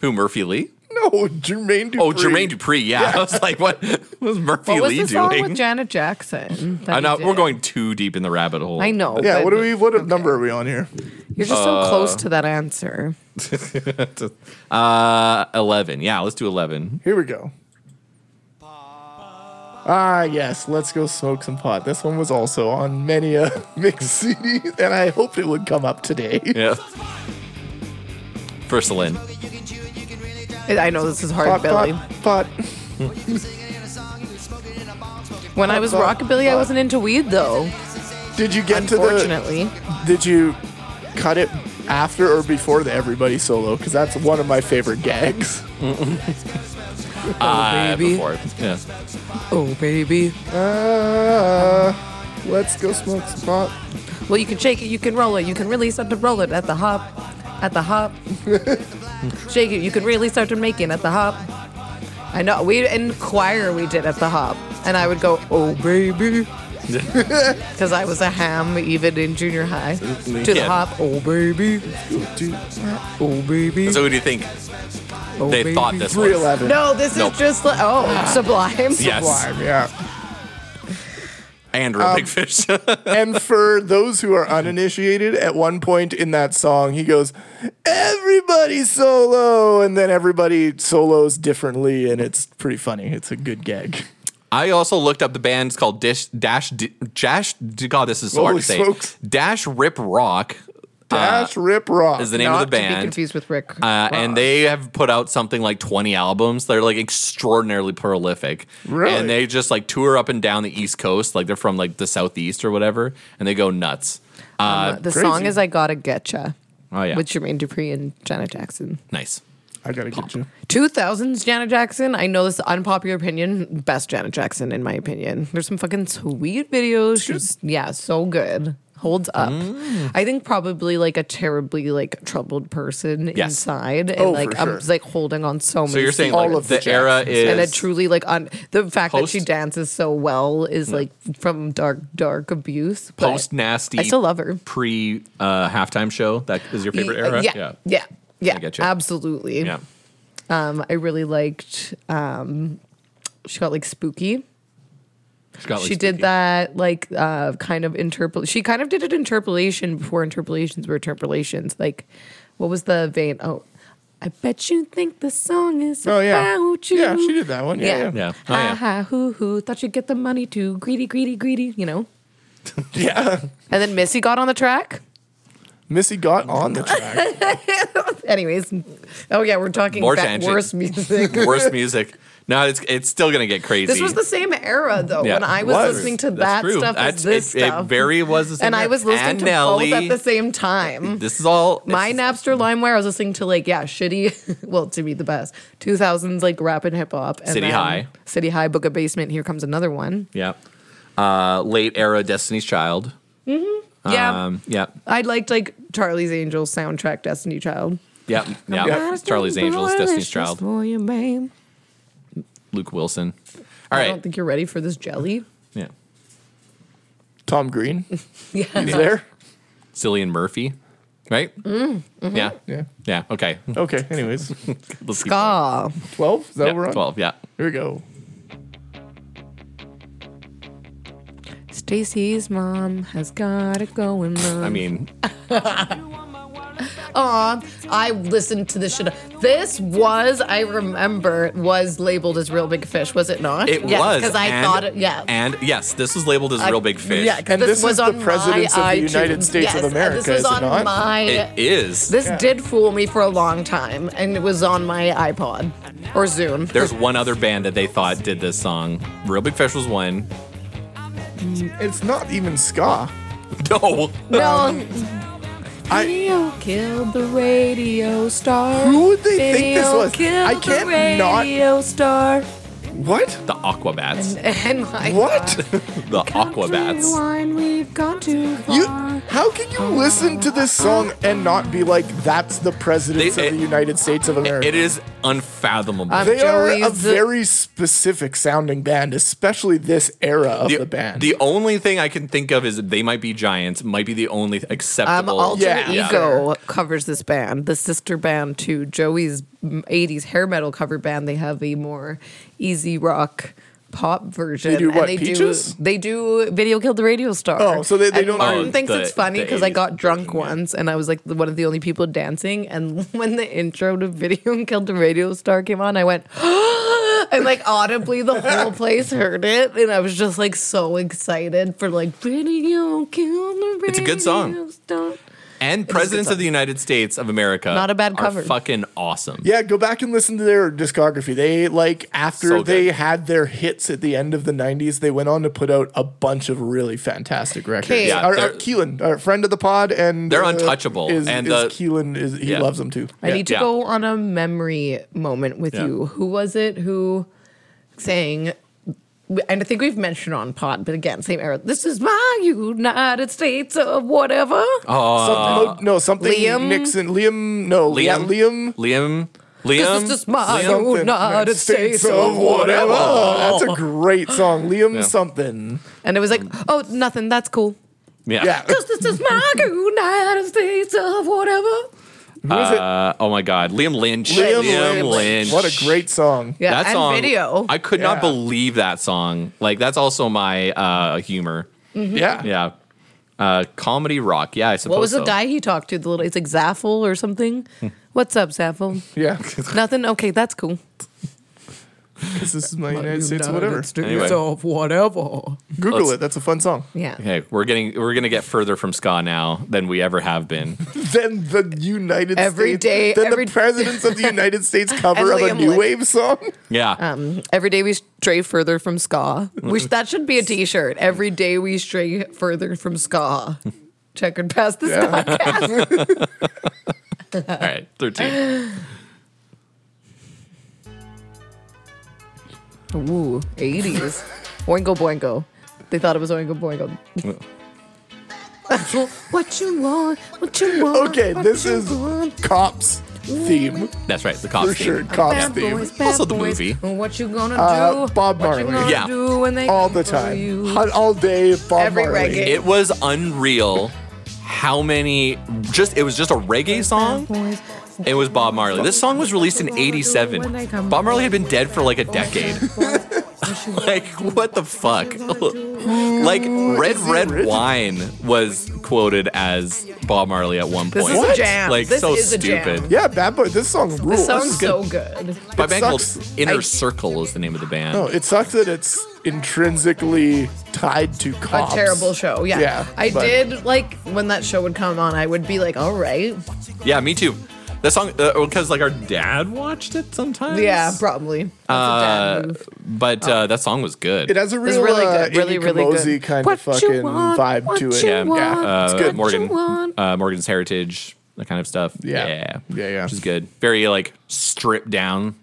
[SPEAKER 1] Who Murphy Lee?
[SPEAKER 4] no, Jermaine Dupri.
[SPEAKER 1] Oh, Jermaine Dupree. Yeah, I was like, what was Murphy
[SPEAKER 3] what was
[SPEAKER 1] Lee
[SPEAKER 3] the song
[SPEAKER 1] doing?
[SPEAKER 3] with Janet Jackson? that
[SPEAKER 1] I
[SPEAKER 3] he
[SPEAKER 1] know
[SPEAKER 3] did?
[SPEAKER 1] we're going too deep in the rabbit hole.
[SPEAKER 3] I know.
[SPEAKER 4] Yeah,
[SPEAKER 3] but
[SPEAKER 4] what do we? What number are we on here?
[SPEAKER 3] You're just so close to that answer.
[SPEAKER 1] Uh, eleven. Yeah, let's do eleven.
[SPEAKER 4] Here we go. Ah, yes. Let's go smoke some pot. This one was also on many a mixed CD, and I hoped it would come up today.
[SPEAKER 1] Yeah. First Lynn.
[SPEAKER 3] I I know this is hard,
[SPEAKER 4] Pot,
[SPEAKER 3] Billy.
[SPEAKER 4] pot, pot.
[SPEAKER 3] When I was
[SPEAKER 4] pop,
[SPEAKER 3] rockabilly, I
[SPEAKER 4] pop.
[SPEAKER 3] wasn't into weed though.
[SPEAKER 4] Did you get to the?
[SPEAKER 3] Unfortunately,
[SPEAKER 4] Did you cut it after or before the everybody solo? Because that's one of my favorite gags.
[SPEAKER 1] Uh,
[SPEAKER 5] baby.
[SPEAKER 1] before. Yeah.
[SPEAKER 5] Oh, baby.
[SPEAKER 4] Uh, let's go smoke some pot.
[SPEAKER 3] well, you can shake it, you can roll it, you can really start to roll it at the hop, at the hop. shake it, you can really start to make it at the hop. I know we in choir we did at the hop, and I would go, oh baby, because I was a ham even in junior high. To the
[SPEAKER 1] Yeah.
[SPEAKER 3] hop, oh baby,
[SPEAKER 4] Dude,
[SPEAKER 5] Oh, baby.
[SPEAKER 1] So who do you think
[SPEAKER 5] oh,
[SPEAKER 1] they
[SPEAKER 5] baby.
[SPEAKER 1] thought this was?
[SPEAKER 4] 311.
[SPEAKER 3] No, this
[SPEAKER 1] Nope.
[SPEAKER 3] is just like, oh, sublime.
[SPEAKER 1] Yes.
[SPEAKER 4] Sublime, yeah.
[SPEAKER 1] And real big fish.
[SPEAKER 4] and for those who are uninitiated, at one point in that song, he goes, "Everybody solo," and then everybody solos differently, and it's pretty funny. It's a good gag.
[SPEAKER 1] I also looked up the bands called Dish Dash D, Dash. D, God, this is so hard
[SPEAKER 4] Holy
[SPEAKER 1] to say.
[SPEAKER 4] smokes.
[SPEAKER 1] Dash Rip Rock
[SPEAKER 4] Dash Rip Rock.
[SPEAKER 1] Uh, is the name
[SPEAKER 3] Not
[SPEAKER 1] of the
[SPEAKER 3] to be
[SPEAKER 1] band.
[SPEAKER 3] confused with Rick.
[SPEAKER 1] Uh, and they have put out something like 20 albums. They're like extraordinarily prolific.
[SPEAKER 4] Really?
[SPEAKER 1] And they just like tour up and down the East Coast. Like they're from like the Southeast or whatever. And they go nuts.
[SPEAKER 3] Uh, the
[SPEAKER 4] Crazy.
[SPEAKER 3] song is "I Gotta Getcha"
[SPEAKER 1] Oh, yeah.
[SPEAKER 3] with Jermaine Dupri and Janet Jackson.
[SPEAKER 1] nice.
[SPEAKER 4] I gotta get you.
[SPEAKER 3] 2000s Janet Jackson. I know this unpopular opinion, best Janet Jackson in my opinion. There's some fucking sweet videos. She's yeah, so good. Holds up.
[SPEAKER 1] Mm.
[SPEAKER 3] I think probably like a terribly like troubled person
[SPEAKER 1] Yes.
[SPEAKER 3] inside, and
[SPEAKER 4] Oh,
[SPEAKER 3] like
[SPEAKER 4] for
[SPEAKER 3] I'm
[SPEAKER 4] sure.
[SPEAKER 3] like holding on so many.
[SPEAKER 1] So you're saying
[SPEAKER 3] strings.
[SPEAKER 1] like
[SPEAKER 4] All of
[SPEAKER 1] the,
[SPEAKER 4] the
[SPEAKER 1] era
[SPEAKER 4] Jacksons.
[SPEAKER 1] is.
[SPEAKER 3] and it truly like on the fact that she
[SPEAKER 1] Post-
[SPEAKER 3] dances so well is like from dark dark abuse. but
[SPEAKER 1] Post nasty.
[SPEAKER 3] I still love her.
[SPEAKER 1] Pre uh, halftime show. That is your favorite
[SPEAKER 3] Ye- uh,
[SPEAKER 1] era?
[SPEAKER 3] Yeah, yeah, yeah.
[SPEAKER 1] I getcha.
[SPEAKER 3] Absolutely.
[SPEAKER 1] Yeah.
[SPEAKER 3] Um, I really liked. Um, she got like spooky.
[SPEAKER 1] She, got, like,
[SPEAKER 3] she
[SPEAKER 1] spooky.
[SPEAKER 3] did that like uh, kind of interpol. She kind of did it interpolation before interpolations were interpolations. Like, what was the vein? Oh, I bet you think the song is
[SPEAKER 4] Oh, yeah.
[SPEAKER 3] about you.
[SPEAKER 4] Yeah, she did that one. Yeah,
[SPEAKER 1] yeah. Yeah. Oh,
[SPEAKER 3] ha
[SPEAKER 1] yeah.
[SPEAKER 3] ha hoo hoo. Thought you'd get the money too. Greedy, greedy, greedy. You know.
[SPEAKER 4] Yeah.
[SPEAKER 3] And then Missy got on the track.
[SPEAKER 4] Missy got on the track.
[SPEAKER 3] Anyways, oh yeah, we're talking
[SPEAKER 1] More
[SPEAKER 3] about
[SPEAKER 1] tangent.
[SPEAKER 3] worse music.
[SPEAKER 1] Worst music. No, it's it's still gonna get crazy.
[SPEAKER 3] This was the same era though.
[SPEAKER 1] Yeah.
[SPEAKER 3] When I was,
[SPEAKER 4] Was.
[SPEAKER 3] listening to
[SPEAKER 1] That's
[SPEAKER 3] that
[SPEAKER 1] true.
[SPEAKER 3] stuff
[SPEAKER 1] That's-
[SPEAKER 3] as this
[SPEAKER 1] it,
[SPEAKER 3] stuff,
[SPEAKER 1] It very was the same.
[SPEAKER 3] and I
[SPEAKER 1] era.
[SPEAKER 3] was listening
[SPEAKER 1] And
[SPEAKER 3] to
[SPEAKER 1] Nelly.
[SPEAKER 3] both at the same time.
[SPEAKER 1] This is all
[SPEAKER 3] My
[SPEAKER 1] this-
[SPEAKER 3] Napster LimeWire, I was listening to like yeah, shitty. Well, to me the best two thousands like rap and hip hop. and
[SPEAKER 1] City
[SPEAKER 3] then
[SPEAKER 1] High.
[SPEAKER 3] City High, Book of Basement. Here comes another one.
[SPEAKER 1] Yeah. Uh, late era Destiny's Child.
[SPEAKER 3] yeah,
[SPEAKER 1] Um, yeah.
[SPEAKER 3] I liked like Charlie's Angels soundtrack, Destiny Child.
[SPEAKER 1] Yeah. Yeah.
[SPEAKER 3] Gotta stay
[SPEAKER 1] Charlie's Angels, Destiny's
[SPEAKER 3] delicious
[SPEAKER 1] Child,
[SPEAKER 3] For you, babe.
[SPEAKER 1] Luke Wilson. All
[SPEAKER 3] I don't
[SPEAKER 1] right.
[SPEAKER 3] think you're ready for this jelly.
[SPEAKER 1] Yeah.
[SPEAKER 4] Tom Green.
[SPEAKER 3] Yeah.
[SPEAKER 4] He's there.
[SPEAKER 1] Cillian Murphy. Right?
[SPEAKER 3] Mm, mm-hmm.
[SPEAKER 1] Yeah.
[SPEAKER 4] Yeah.
[SPEAKER 1] Yeah. Okay.
[SPEAKER 4] Okay. Anyways,
[SPEAKER 1] Let's keep going.
[SPEAKER 3] Ska.
[SPEAKER 4] twelve. Is that what
[SPEAKER 1] Yeah,
[SPEAKER 4] we're on?
[SPEAKER 1] 12. Yeah.
[SPEAKER 4] Here we go.
[SPEAKER 5] JC's mom has got it going on.
[SPEAKER 1] I mean,
[SPEAKER 3] Aw, I listened to this shit. This was, I remember, was labeled as Real Big Fish, was it not?
[SPEAKER 1] it
[SPEAKER 3] yes,
[SPEAKER 1] was.
[SPEAKER 3] Because I
[SPEAKER 1] and-
[SPEAKER 3] thought, it, yeah.
[SPEAKER 1] And yes, this was labeled as
[SPEAKER 3] I-
[SPEAKER 1] Real Big Fish.
[SPEAKER 3] Yeah, 'cause
[SPEAKER 4] And this
[SPEAKER 3] was
[SPEAKER 4] is the
[SPEAKER 3] on my
[SPEAKER 4] Presidents of the United
[SPEAKER 3] iTunes.
[SPEAKER 4] States of
[SPEAKER 3] Yes,
[SPEAKER 4] America,
[SPEAKER 3] This was
[SPEAKER 4] is it
[SPEAKER 3] on
[SPEAKER 4] not?
[SPEAKER 3] my.
[SPEAKER 1] It is.
[SPEAKER 3] this did fool me for a long time, and it was on my iPod or Zoom.
[SPEAKER 1] There's one other band that they thought did this song. Real Big Fish was one.
[SPEAKER 4] It's not even ska.
[SPEAKER 1] No.
[SPEAKER 3] no,
[SPEAKER 4] I
[SPEAKER 5] Video killed the radio star.
[SPEAKER 4] Who would they think this
[SPEAKER 5] Video
[SPEAKER 4] was?
[SPEAKER 5] killed
[SPEAKER 4] I
[SPEAKER 5] the
[SPEAKER 4] can't not-
[SPEAKER 5] radio star.
[SPEAKER 4] what?
[SPEAKER 1] The Aquabats.
[SPEAKER 3] and my.
[SPEAKER 4] What?
[SPEAKER 1] The Aquabats.
[SPEAKER 5] Rewind, we've gone too far.
[SPEAKER 4] You how can you listen to this song and not be like that's the presidents
[SPEAKER 1] They-
[SPEAKER 4] of the
[SPEAKER 1] it-
[SPEAKER 4] United States of America?
[SPEAKER 1] It is unfathomable.
[SPEAKER 3] I'm
[SPEAKER 4] they are a
[SPEAKER 3] Joey's-
[SPEAKER 4] very specific sounding band, especially this era of the, band.
[SPEAKER 1] the only thing I can think of is they might be giants. Might be the only th-
[SPEAKER 3] Um,
[SPEAKER 1] acceptable.
[SPEAKER 3] Alter
[SPEAKER 4] Yeah. Yeah.
[SPEAKER 3] Ego covers this band, the sister band to Joey's mm, 80s hair metal cover band. They have a more easy rock pop version.
[SPEAKER 4] They do what,
[SPEAKER 3] they
[SPEAKER 4] Peaches?
[SPEAKER 3] do they do Video Killed the Radio Star.
[SPEAKER 4] Oh, so they- they
[SPEAKER 3] And
[SPEAKER 4] don't-
[SPEAKER 3] Martin
[SPEAKER 1] Oh,
[SPEAKER 3] thinks
[SPEAKER 1] the-
[SPEAKER 3] it's funny
[SPEAKER 1] the
[SPEAKER 3] because I
[SPEAKER 1] 80s
[SPEAKER 3] got drunk
[SPEAKER 1] version, yeah.
[SPEAKER 3] once and I was like the- one of the only people dancing. And when the intro to Video Killed the Radio Star came on, I went, and like audibly the whole place heard it. And I was just like so excited for like Video Killed the Radio
[SPEAKER 1] It's a good song.
[SPEAKER 3] Star."
[SPEAKER 1] and presidents of
[SPEAKER 3] song.
[SPEAKER 1] the United States of America.
[SPEAKER 3] Not a bad
[SPEAKER 1] are
[SPEAKER 3] cover.
[SPEAKER 1] fucking awesome.
[SPEAKER 4] Yeah, go back and listen to their discography. They like after
[SPEAKER 1] So good.
[SPEAKER 4] they had their hits at the end of the '90s, they went on to put out a bunch of really fantastic records.
[SPEAKER 3] Okay.
[SPEAKER 1] Yeah,
[SPEAKER 4] our, our
[SPEAKER 1] they're-
[SPEAKER 4] Keelan, our friend of the pod, and uh,
[SPEAKER 1] They're untouchable,
[SPEAKER 4] Is,
[SPEAKER 1] and,
[SPEAKER 4] is
[SPEAKER 1] uh,
[SPEAKER 4] Keelan is he
[SPEAKER 1] yeah.
[SPEAKER 4] loves them too.
[SPEAKER 3] I
[SPEAKER 4] Yeah.
[SPEAKER 3] need to
[SPEAKER 1] Yeah.
[SPEAKER 3] go on a memory moment with
[SPEAKER 1] Yeah.
[SPEAKER 3] you. Who was it who sang? And I think we've mentioned on pod, but again, same era. This is my United States of whatever.
[SPEAKER 1] Oh,
[SPEAKER 4] Something- no, something
[SPEAKER 3] Liam?
[SPEAKER 4] Nixon, Liam, no, Liam, yeah,
[SPEAKER 1] Uh, Liam.
[SPEAKER 4] Liam,
[SPEAKER 1] Liam. Liam.
[SPEAKER 3] this is just my
[SPEAKER 1] Liam.
[SPEAKER 3] United States, of
[SPEAKER 4] whatever. Oh,
[SPEAKER 3] whatever.
[SPEAKER 4] That's a great song, Liam something.
[SPEAKER 3] And it was like, oh, nothing. That's cool.
[SPEAKER 1] Yeah.
[SPEAKER 4] Yeah,
[SPEAKER 3] Because this is my United States of whatever.
[SPEAKER 4] who is it?
[SPEAKER 1] Uh, oh my God. Liam Lynch.
[SPEAKER 4] Liam, Lynch.
[SPEAKER 1] Lynch.
[SPEAKER 4] What a great song.
[SPEAKER 3] Yeah,
[SPEAKER 1] that
[SPEAKER 3] and
[SPEAKER 1] song,
[SPEAKER 3] video.
[SPEAKER 1] I could not
[SPEAKER 4] Yeah.
[SPEAKER 1] believe that song. Like that's also my uh, humor.
[SPEAKER 4] yeah.
[SPEAKER 1] Yeah, uh, comedy rock. Yeah, I suppose.
[SPEAKER 3] what was the
[SPEAKER 1] so.
[SPEAKER 3] guy he talked to? The little, it's like Zaffel or something.
[SPEAKER 1] Hmm.
[SPEAKER 3] What's up, Zaffel?
[SPEAKER 4] Yeah.
[SPEAKER 3] nothing. Okay, that's cool.
[SPEAKER 4] this is my United States, of whatever.
[SPEAKER 1] Anyway.
[SPEAKER 3] of whatever.
[SPEAKER 4] Google
[SPEAKER 1] Let's-
[SPEAKER 4] it. That's a fun song.
[SPEAKER 3] Yeah.
[SPEAKER 1] Okay, we're getting we're gonna get further from ska now than we ever have been.
[SPEAKER 4] Then the United
[SPEAKER 3] Every
[SPEAKER 4] States,
[SPEAKER 3] day,
[SPEAKER 4] then
[SPEAKER 3] every-
[SPEAKER 4] the presidents of the United States cover of a
[SPEAKER 3] Liam
[SPEAKER 4] new
[SPEAKER 3] Lynch.
[SPEAKER 4] wave song.
[SPEAKER 1] Yeah,
[SPEAKER 3] Um, every day we stray further from ska. Which that should be a T-shirt. Every day we stray further from ska. Checkered past the ska.
[SPEAKER 1] all right, thirteen.
[SPEAKER 3] Ooh, eighties. Oingo boingo. They thought it was oingo boingo. what you want? What you want?
[SPEAKER 4] Okay,
[SPEAKER 3] what
[SPEAKER 4] this
[SPEAKER 3] you
[SPEAKER 4] is
[SPEAKER 3] want?
[SPEAKER 4] cops theme
[SPEAKER 1] That's right, the
[SPEAKER 4] for
[SPEAKER 1] costume.
[SPEAKER 4] sure. Cops
[SPEAKER 3] Bad
[SPEAKER 4] theme
[SPEAKER 3] boys, bad
[SPEAKER 1] Also the
[SPEAKER 3] boys.
[SPEAKER 1] movie.
[SPEAKER 3] What you gonna do?
[SPEAKER 4] Uh, Bob
[SPEAKER 3] What you
[SPEAKER 4] Marley.
[SPEAKER 3] gonna
[SPEAKER 1] Yeah.
[SPEAKER 3] do when they
[SPEAKER 4] all
[SPEAKER 3] come
[SPEAKER 4] the
[SPEAKER 3] for
[SPEAKER 4] time,
[SPEAKER 3] you?
[SPEAKER 4] Hot all day. Bob
[SPEAKER 3] Every
[SPEAKER 4] Marley.
[SPEAKER 3] reggae.
[SPEAKER 1] It was unreal. How many? Just it was just a reggae song. It was Bob Marley. This song was released in '87. Bob Marley had been dead for like a decade. like what the fuck? like red
[SPEAKER 4] he
[SPEAKER 1] red
[SPEAKER 4] rich?
[SPEAKER 1] wine was quoted as Bob Marley at one
[SPEAKER 3] This
[SPEAKER 1] point.
[SPEAKER 3] is
[SPEAKER 4] What?
[SPEAKER 3] a jam.
[SPEAKER 1] Like
[SPEAKER 3] this
[SPEAKER 1] so
[SPEAKER 3] is a
[SPEAKER 1] stupid.
[SPEAKER 3] Jam.
[SPEAKER 4] Yeah, bad boy. This song rules.
[SPEAKER 3] This song's so good.
[SPEAKER 1] By band called
[SPEAKER 4] sucks.
[SPEAKER 1] Inner
[SPEAKER 3] I- Oh.
[SPEAKER 1] Circle is the name of the band.
[SPEAKER 4] No, it sucks that it's intrinsically tied to
[SPEAKER 3] a
[SPEAKER 4] cops.
[SPEAKER 3] terrible show. Yeah.
[SPEAKER 4] Yeah,
[SPEAKER 3] I
[SPEAKER 4] but-
[SPEAKER 3] did like when that show would come on, I would be like, all right.
[SPEAKER 1] Yeah, me too. That song because like our dad watched it sometimes.
[SPEAKER 3] Yeah, probably. That's a
[SPEAKER 1] Uh,
[SPEAKER 3] dad move.
[SPEAKER 1] But uh, that song was good.
[SPEAKER 4] It has a
[SPEAKER 3] It's
[SPEAKER 4] real
[SPEAKER 3] really
[SPEAKER 4] uh,
[SPEAKER 3] good, really,
[SPEAKER 4] Amy
[SPEAKER 3] really good.
[SPEAKER 4] Kamosi kind
[SPEAKER 5] What
[SPEAKER 4] of
[SPEAKER 5] you
[SPEAKER 4] fucking
[SPEAKER 5] want,
[SPEAKER 4] vibe
[SPEAKER 5] what
[SPEAKER 4] to it.
[SPEAKER 5] you
[SPEAKER 1] yeah,
[SPEAKER 5] want,
[SPEAKER 1] yeah.
[SPEAKER 4] it's
[SPEAKER 1] Uh,
[SPEAKER 4] good.
[SPEAKER 1] Morgan,
[SPEAKER 5] you want.
[SPEAKER 1] uh, Morgan's Heritage, that kind of stuff.
[SPEAKER 4] Yeah.
[SPEAKER 1] yeah,
[SPEAKER 4] Yeah, yeah.
[SPEAKER 1] which is good. Very like stripped down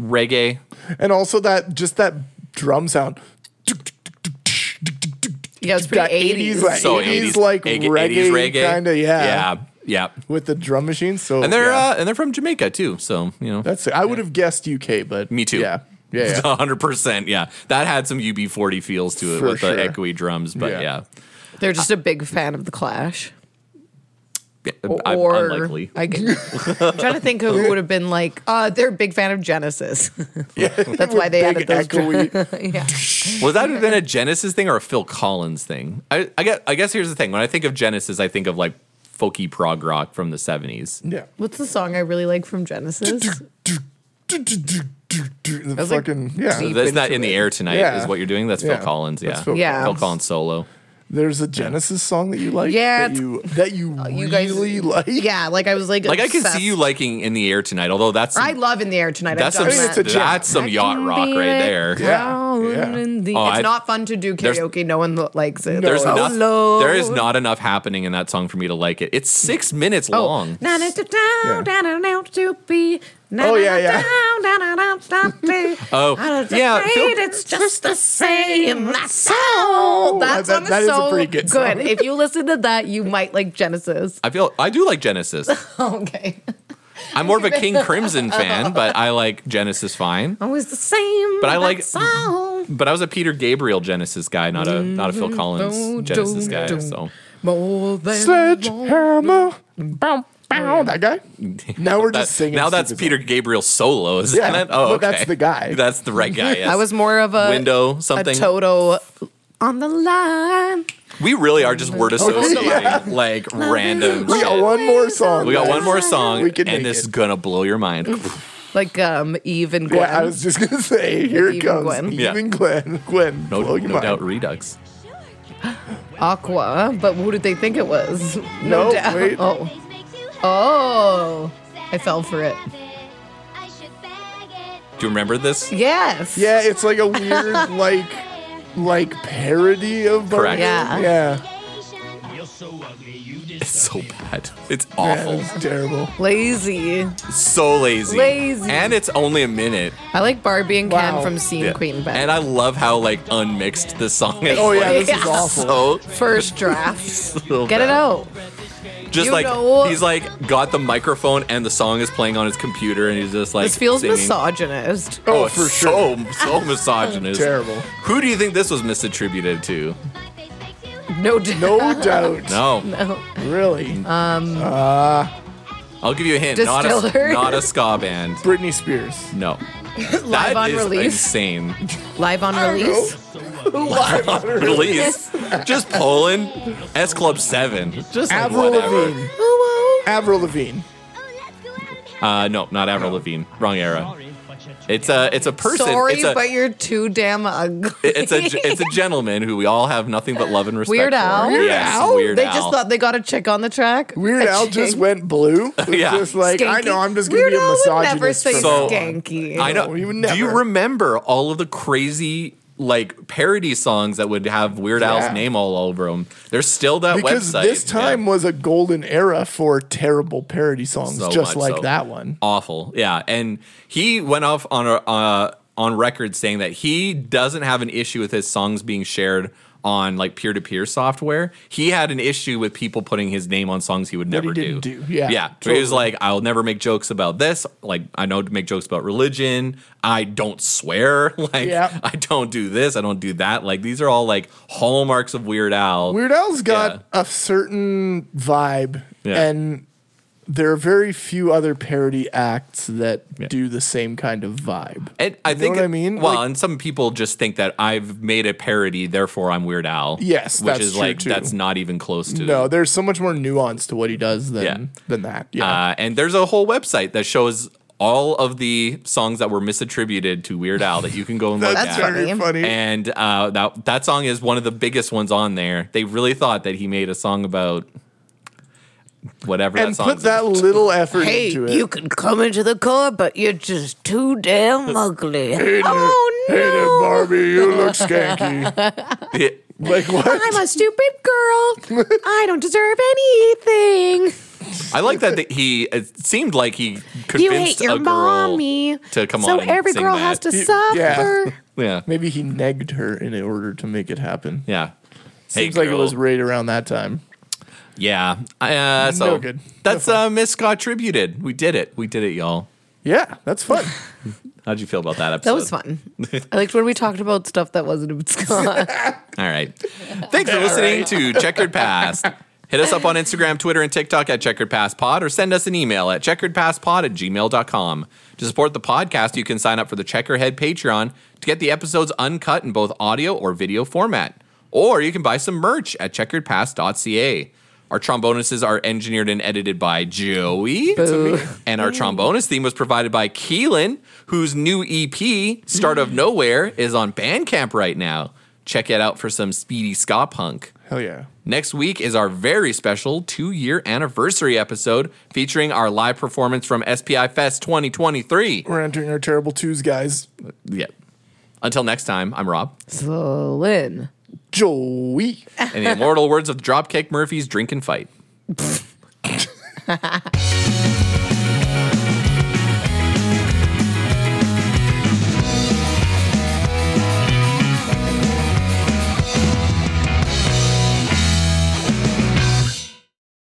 [SPEAKER 1] reggae.
[SPEAKER 4] And also that just that drum sound.
[SPEAKER 3] Yeah, it's
[SPEAKER 4] Got
[SPEAKER 3] pretty 80s.
[SPEAKER 4] 80s, like-
[SPEAKER 1] So
[SPEAKER 4] 80s,
[SPEAKER 1] 80s,
[SPEAKER 4] Uh, like,
[SPEAKER 1] ag-
[SPEAKER 4] reggae kinda, yeah.
[SPEAKER 1] yeah, yeah.
[SPEAKER 4] with the drum machine. So
[SPEAKER 1] And they're
[SPEAKER 4] yeah.
[SPEAKER 1] uh, and they're from Jamaica too. So you know,
[SPEAKER 4] that's I would have guessed UK, but
[SPEAKER 1] Me too.
[SPEAKER 4] Yeah, yeah, yeah.
[SPEAKER 1] hundred percent. Yeah, that had some UB40 feels to it
[SPEAKER 4] For
[SPEAKER 1] with
[SPEAKER 4] sure.
[SPEAKER 1] the echoey drums. But
[SPEAKER 4] Yeah.
[SPEAKER 1] yeah,
[SPEAKER 3] They're just a big fan of The Clash.
[SPEAKER 1] I'm
[SPEAKER 3] or
[SPEAKER 1] unlikely.
[SPEAKER 3] I g- I'm trying to think who would have been like, uh, they're a big fan of Genesis. That's why they added
[SPEAKER 4] Big E.
[SPEAKER 3] those. dra-
[SPEAKER 4] echoey.
[SPEAKER 3] yeah.
[SPEAKER 1] Would that have been a Genesis thing or a Phil Collins thing? I, I guess I guess here's the thing. When I think of Genesis, I think of like folky prog rock from the seventies.
[SPEAKER 4] yeah.
[SPEAKER 3] What's the song I really like from Genesis?
[SPEAKER 4] The
[SPEAKER 3] was, like,
[SPEAKER 4] fucking yeah.
[SPEAKER 3] deep.
[SPEAKER 1] That's not in the air tonight,
[SPEAKER 4] Yeah.
[SPEAKER 1] is what you're doing. That's
[SPEAKER 4] Yeah.
[SPEAKER 1] Phil Collins. Yeah.
[SPEAKER 4] That's Phil
[SPEAKER 3] Yeah.
[SPEAKER 1] Phil
[SPEAKER 3] Collins.
[SPEAKER 1] Collins solo.
[SPEAKER 4] There's a Genesis song that you like.
[SPEAKER 3] Yeah,
[SPEAKER 4] That
[SPEAKER 3] it's- Oh,
[SPEAKER 4] you that you,
[SPEAKER 3] you guys-
[SPEAKER 4] really like.
[SPEAKER 3] Yeah, like I was like,
[SPEAKER 1] Like I can
[SPEAKER 3] obsessed.
[SPEAKER 1] see you liking in the air tonight, although that's
[SPEAKER 3] I love in the air tonight.
[SPEAKER 1] that's some
[SPEAKER 3] I've done
[SPEAKER 4] I mean,
[SPEAKER 3] that.
[SPEAKER 4] it's a jam.
[SPEAKER 1] that's some yacht rock right there.
[SPEAKER 4] Yeah. Yeah.
[SPEAKER 1] Oh,
[SPEAKER 3] it's
[SPEAKER 1] I-
[SPEAKER 3] not fun to do
[SPEAKER 1] there's-
[SPEAKER 3] karaoke. No one lo- likes it.
[SPEAKER 1] There's
[SPEAKER 3] So
[SPEAKER 1] not
[SPEAKER 3] low.
[SPEAKER 1] there is not enough happening in that song for me to like it. It's six minutes
[SPEAKER 3] Oh.
[SPEAKER 1] long.
[SPEAKER 3] Na- na- da- down,
[SPEAKER 4] Yeah.
[SPEAKER 3] down, down, down, to be. Na-
[SPEAKER 4] Oh,
[SPEAKER 3] na-
[SPEAKER 4] yeah,
[SPEAKER 3] na-
[SPEAKER 4] yeah.
[SPEAKER 3] down, down, down, down, down, be.
[SPEAKER 1] Oh,
[SPEAKER 3] I was
[SPEAKER 1] yeah,
[SPEAKER 3] afraid
[SPEAKER 1] Phil-
[SPEAKER 3] It's just the same. My soul.
[SPEAKER 4] I
[SPEAKER 3] That
[SPEAKER 4] bet
[SPEAKER 3] song
[SPEAKER 4] that is
[SPEAKER 3] is
[SPEAKER 4] a
[SPEAKER 3] so
[SPEAKER 4] pretty good
[SPEAKER 3] good.
[SPEAKER 4] song.
[SPEAKER 3] If you listen to that, you might like Genesis.
[SPEAKER 1] I feel I do like Genesis.
[SPEAKER 3] Okay.
[SPEAKER 1] I'm more of a King Crimson fan, but I like Genesis fine.
[SPEAKER 3] Always the same.
[SPEAKER 1] But I
[SPEAKER 3] that
[SPEAKER 1] like-
[SPEAKER 3] song.
[SPEAKER 1] But I was a Peter Gabriel Genesis guy, not a not a
[SPEAKER 3] Mm-hmm.
[SPEAKER 1] Phil Collins
[SPEAKER 3] Dun,
[SPEAKER 1] Genesis
[SPEAKER 3] dun,
[SPEAKER 1] guy.
[SPEAKER 3] dun.
[SPEAKER 1] So
[SPEAKER 3] More than
[SPEAKER 4] Sledgehammer. Bow, bow.
[SPEAKER 3] Oh,
[SPEAKER 4] That guy. Now we're
[SPEAKER 1] that-
[SPEAKER 4] just singing.
[SPEAKER 1] now that's
[SPEAKER 4] stupid
[SPEAKER 1] Peter Gabriel solo, isn't
[SPEAKER 4] Yeah,
[SPEAKER 1] it? Oh,
[SPEAKER 4] but that's
[SPEAKER 1] okay.
[SPEAKER 4] the guy.
[SPEAKER 1] That's the right guy. Yes.
[SPEAKER 3] I was more of a
[SPEAKER 1] window
[SPEAKER 3] a
[SPEAKER 1] something.
[SPEAKER 3] Toto on the line.
[SPEAKER 1] we really are just word associating
[SPEAKER 4] Mm-hmm. yeah.
[SPEAKER 1] like random.
[SPEAKER 4] We got
[SPEAKER 1] shit.
[SPEAKER 4] one more song.
[SPEAKER 1] We got
[SPEAKER 4] guys.
[SPEAKER 1] one more song,
[SPEAKER 4] We can
[SPEAKER 1] and
[SPEAKER 4] make
[SPEAKER 1] this is
[SPEAKER 4] it.
[SPEAKER 1] gonna blow your mind.
[SPEAKER 3] Like um Eve and Gwen.
[SPEAKER 4] Yeah, I was just gonna say. Here it
[SPEAKER 3] Even
[SPEAKER 4] comes.
[SPEAKER 3] Gwen.
[SPEAKER 1] Yeah.
[SPEAKER 4] Even Glenn. Gwen.
[SPEAKER 1] No,
[SPEAKER 4] blow your
[SPEAKER 1] no
[SPEAKER 4] mind.
[SPEAKER 1] doubt, Redux.
[SPEAKER 3] Aqua, but who did they think it was?
[SPEAKER 4] No, wait.
[SPEAKER 3] Oh. Oh. I fell for it.
[SPEAKER 1] Do you remember this?
[SPEAKER 3] Yes.
[SPEAKER 4] Yeah, it's like a weird like like parody of Barbie.
[SPEAKER 1] Correct.
[SPEAKER 3] Yeah.
[SPEAKER 4] Yeah.
[SPEAKER 1] It's so bad. It's
[SPEAKER 4] Yeah,
[SPEAKER 1] awful.
[SPEAKER 4] it's terrible.
[SPEAKER 3] Lazy.
[SPEAKER 1] So lazy.
[SPEAKER 3] Lazy.
[SPEAKER 1] And it's only a minute.
[SPEAKER 3] I like Barbie and
[SPEAKER 4] Wow.
[SPEAKER 3] Ken from Scene
[SPEAKER 1] Yeah.
[SPEAKER 3] Queen back.
[SPEAKER 1] And I love how like unmixed this song is.
[SPEAKER 4] Oh yeah,
[SPEAKER 1] Like,
[SPEAKER 4] this is
[SPEAKER 3] Yeah.
[SPEAKER 1] so
[SPEAKER 4] awful.
[SPEAKER 3] First draft.
[SPEAKER 1] so
[SPEAKER 3] Get it
[SPEAKER 1] bad.
[SPEAKER 3] out.
[SPEAKER 1] Just
[SPEAKER 3] You
[SPEAKER 1] like
[SPEAKER 3] know-
[SPEAKER 1] he's like got the microphone and the song is playing on his computer and he's just like
[SPEAKER 3] This feels
[SPEAKER 1] singing.
[SPEAKER 3] misogynist.
[SPEAKER 1] Oh,
[SPEAKER 4] Oh,
[SPEAKER 1] it's
[SPEAKER 4] for
[SPEAKER 1] so, So misogynist.
[SPEAKER 4] Terrible.
[SPEAKER 1] Who do you think this was misattributed to?
[SPEAKER 3] No doubt.
[SPEAKER 4] No doubt.
[SPEAKER 1] No,
[SPEAKER 4] Really.
[SPEAKER 3] Uh,
[SPEAKER 1] I'll give you a hint. Not a,
[SPEAKER 3] Distiller.
[SPEAKER 1] not a ska band.
[SPEAKER 4] Britney Spears.
[SPEAKER 1] No,
[SPEAKER 3] Live
[SPEAKER 1] That
[SPEAKER 3] on
[SPEAKER 1] is
[SPEAKER 3] release.
[SPEAKER 1] insane.
[SPEAKER 3] Live on release.
[SPEAKER 4] Live on her.
[SPEAKER 1] Release, just Poland, S Club Seven, just like
[SPEAKER 4] Avril
[SPEAKER 1] whatever.
[SPEAKER 4] Lavigne. Avril Lavigne.
[SPEAKER 1] Uh, no, not Avril Lavigne. Wrong era. It's a it's a person.
[SPEAKER 3] Sorry,
[SPEAKER 1] it's a,
[SPEAKER 3] but you're too damn ugly.
[SPEAKER 1] it's a it's a gentleman who we all have nothing but love and respect
[SPEAKER 3] Weird
[SPEAKER 1] for.
[SPEAKER 3] Al? Weird
[SPEAKER 1] Yes,
[SPEAKER 4] Al?
[SPEAKER 1] Weird
[SPEAKER 3] they
[SPEAKER 1] Al.
[SPEAKER 3] just thought they got a chick on the track.
[SPEAKER 4] Weird
[SPEAKER 3] A
[SPEAKER 4] Al just
[SPEAKER 3] chick.
[SPEAKER 4] went blue. It was
[SPEAKER 1] Yeah.
[SPEAKER 4] Just like I
[SPEAKER 3] Skanky.
[SPEAKER 4] know, I'm just gonna
[SPEAKER 3] Weird
[SPEAKER 4] be a
[SPEAKER 3] Al would
[SPEAKER 4] misogynist.
[SPEAKER 3] never say
[SPEAKER 4] from
[SPEAKER 1] So-
[SPEAKER 4] now on.
[SPEAKER 3] skanky.
[SPEAKER 1] I know.
[SPEAKER 4] No, he would
[SPEAKER 1] Do you
[SPEAKER 4] never.
[SPEAKER 1] remember all of the crazy like parody songs that would have Weird Al's
[SPEAKER 4] Yeah.
[SPEAKER 1] name all over them? There's still that
[SPEAKER 4] Because
[SPEAKER 1] website.
[SPEAKER 4] this time
[SPEAKER 1] Yeah.
[SPEAKER 4] was a golden era for terrible parody songs,
[SPEAKER 1] So
[SPEAKER 4] just
[SPEAKER 1] much
[SPEAKER 4] like
[SPEAKER 1] so.
[SPEAKER 4] that one.
[SPEAKER 1] awful. Yeah, and he went off on a uh, on record saying that he doesn't have an issue with his songs being shared on like peer-to-peer software. He had an issue with people putting his name on songs he would
[SPEAKER 4] That
[SPEAKER 1] never
[SPEAKER 4] he didn't do. Yeah,
[SPEAKER 1] Yeah. So he was like, I'll never make jokes about this. Like, I don't make jokes about religion. I don't swear. Like,
[SPEAKER 4] Yeah.
[SPEAKER 1] I don't do this. I don't do that. Like, these are all like hallmarks of Weird Al.
[SPEAKER 4] Weird Al's got a certain vibe,
[SPEAKER 1] Yeah.
[SPEAKER 4] and there are very few other parody acts that
[SPEAKER 1] Yeah.
[SPEAKER 4] do the same kind of vibe.
[SPEAKER 1] And I
[SPEAKER 4] know
[SPEAKER 1] think
[SPEAKER 4] what I mean?
[SPEAKER 1] Well,
[SPEAKER 4] Like-
[SPEAKER 1] and some people just think that I've made a parody, therefore I'm Weird Al.
[SPEAKER 4] Yes,
[SPEAKER 1] which
[SPEAKER 4] that's
[SPEAKER 1] is
[SPEAKER 4] true,
[SPEAKER 1] like
[SPEAKER 4] too.
[SPEAKER 1] that's not even close to
[SPEAKER 4] No, there's so much more nuance to what he does than
[SPEAKER 1] Yeah.
[SPEAKER 4] than that. Yeah,
[SPEAKER 1] Uh, and there's a whole website that shows all of the songs that were misattributed to Weird Al that you can go and look
[SPEAKER 4] that's
[SPEAKER 1] at.
[SPEAKER 4] very
[SPEAKER 3] funny.
[SPEAKER 4] funny.
[SPEAKER 1] And uh, that that song is one of the biggest ones on there. They really thought that he made a song about whatever
[SPEAKER 4] and
[SPEAKER 1] that song.
[SPEAKER 4] put that little effort
[SPEAKER 5] Hey,
[SPEAKER 4] into it.
[SPEAKER 5] you can come into the car, but you're just too damn ugly.
[SPEAKER 3] oh
[SPEAKER 4] Hey there,
[SPEAKER 3] no!
[SPEAKER 4] Barbie, you look skanky. like what?
[SPEAKER 3] I'm a stupid girl. I don't deserve anything.
[SPEAKER 1] I like that, that he. It seemed like he convinced
[SPEAKER 3] You hate your
[SPEAKER 1] a girl.
[SPEAKER 3] mommy.
[SPEAKER 1] to come
[SPEAKER 3] so
[SPEAKER 1] on and
[SPEAKER 3] every
[SPEAKER 1] sing
[SPEAKER 3] girl
[SPEAKER 1] that.
[SPEAKER 3] has to
[SPEAKER 4] You-
[SPEAKER 3] suffer.
[SPEAKER 4] yeah.
[SPEAKER 1] Yeah,
[SPEAKER 4] Maybe he negged her in order to make it happen.
[SPEAKER 1] yeah. Hey,
[SPEAKER 4] Seems like it
[SPEAKER 1] girl.
[SPEAKER 4] was right around that time.
[SPEAKER 1] Yeah. Uh, so
[SPEAKER 4] good. No
[SPEAKER 1] that's uh, Miss Scott tributed. We did it. We did it, y'all.
[SPEAKER 4] Yeah, that's fun.
[SPEAKER 1] How'd you feel about that episode?
[SPEAKER 3] That was fun. I liked when we talked about stuff that wasn't about Scott.
[SPEAKER 1] All right. Thanks for listening to Checkered Past. Hit us up on Instagram, Twitter, and TikTok at Checkered Pass Pod, or send us an email at checkeredpasspod at gmail.com. To support the podcast, you can sign up for the Checkerhead Patreon to get the episodes uncut in both audio or video format. Or you can buy some merch at checkeredpass.ca. Our trombonists are engineered and edited by Joey. And our trombonist theme was provided by Keelan, whose new EP, Start of Nowhere, is on Bandcamp right now. Check it out for some speedy ska punk.
[SPEAKER 4] Hell yeah.
[SPEAKER 1] Next week is our very special two year anniversary episode featuring our live performance from SPI Fest 2023.
[SPEAKER 4] We're entering our terrible twos, guys.
[SPEAKER 1] Yep. Until next time, I'm Rob.
[SPEAKER 5] Slin.
[SPEAKER 4] Joey.
[SPEAKER 1] And the immortal words of Dropkick Murphys Drink and Fight.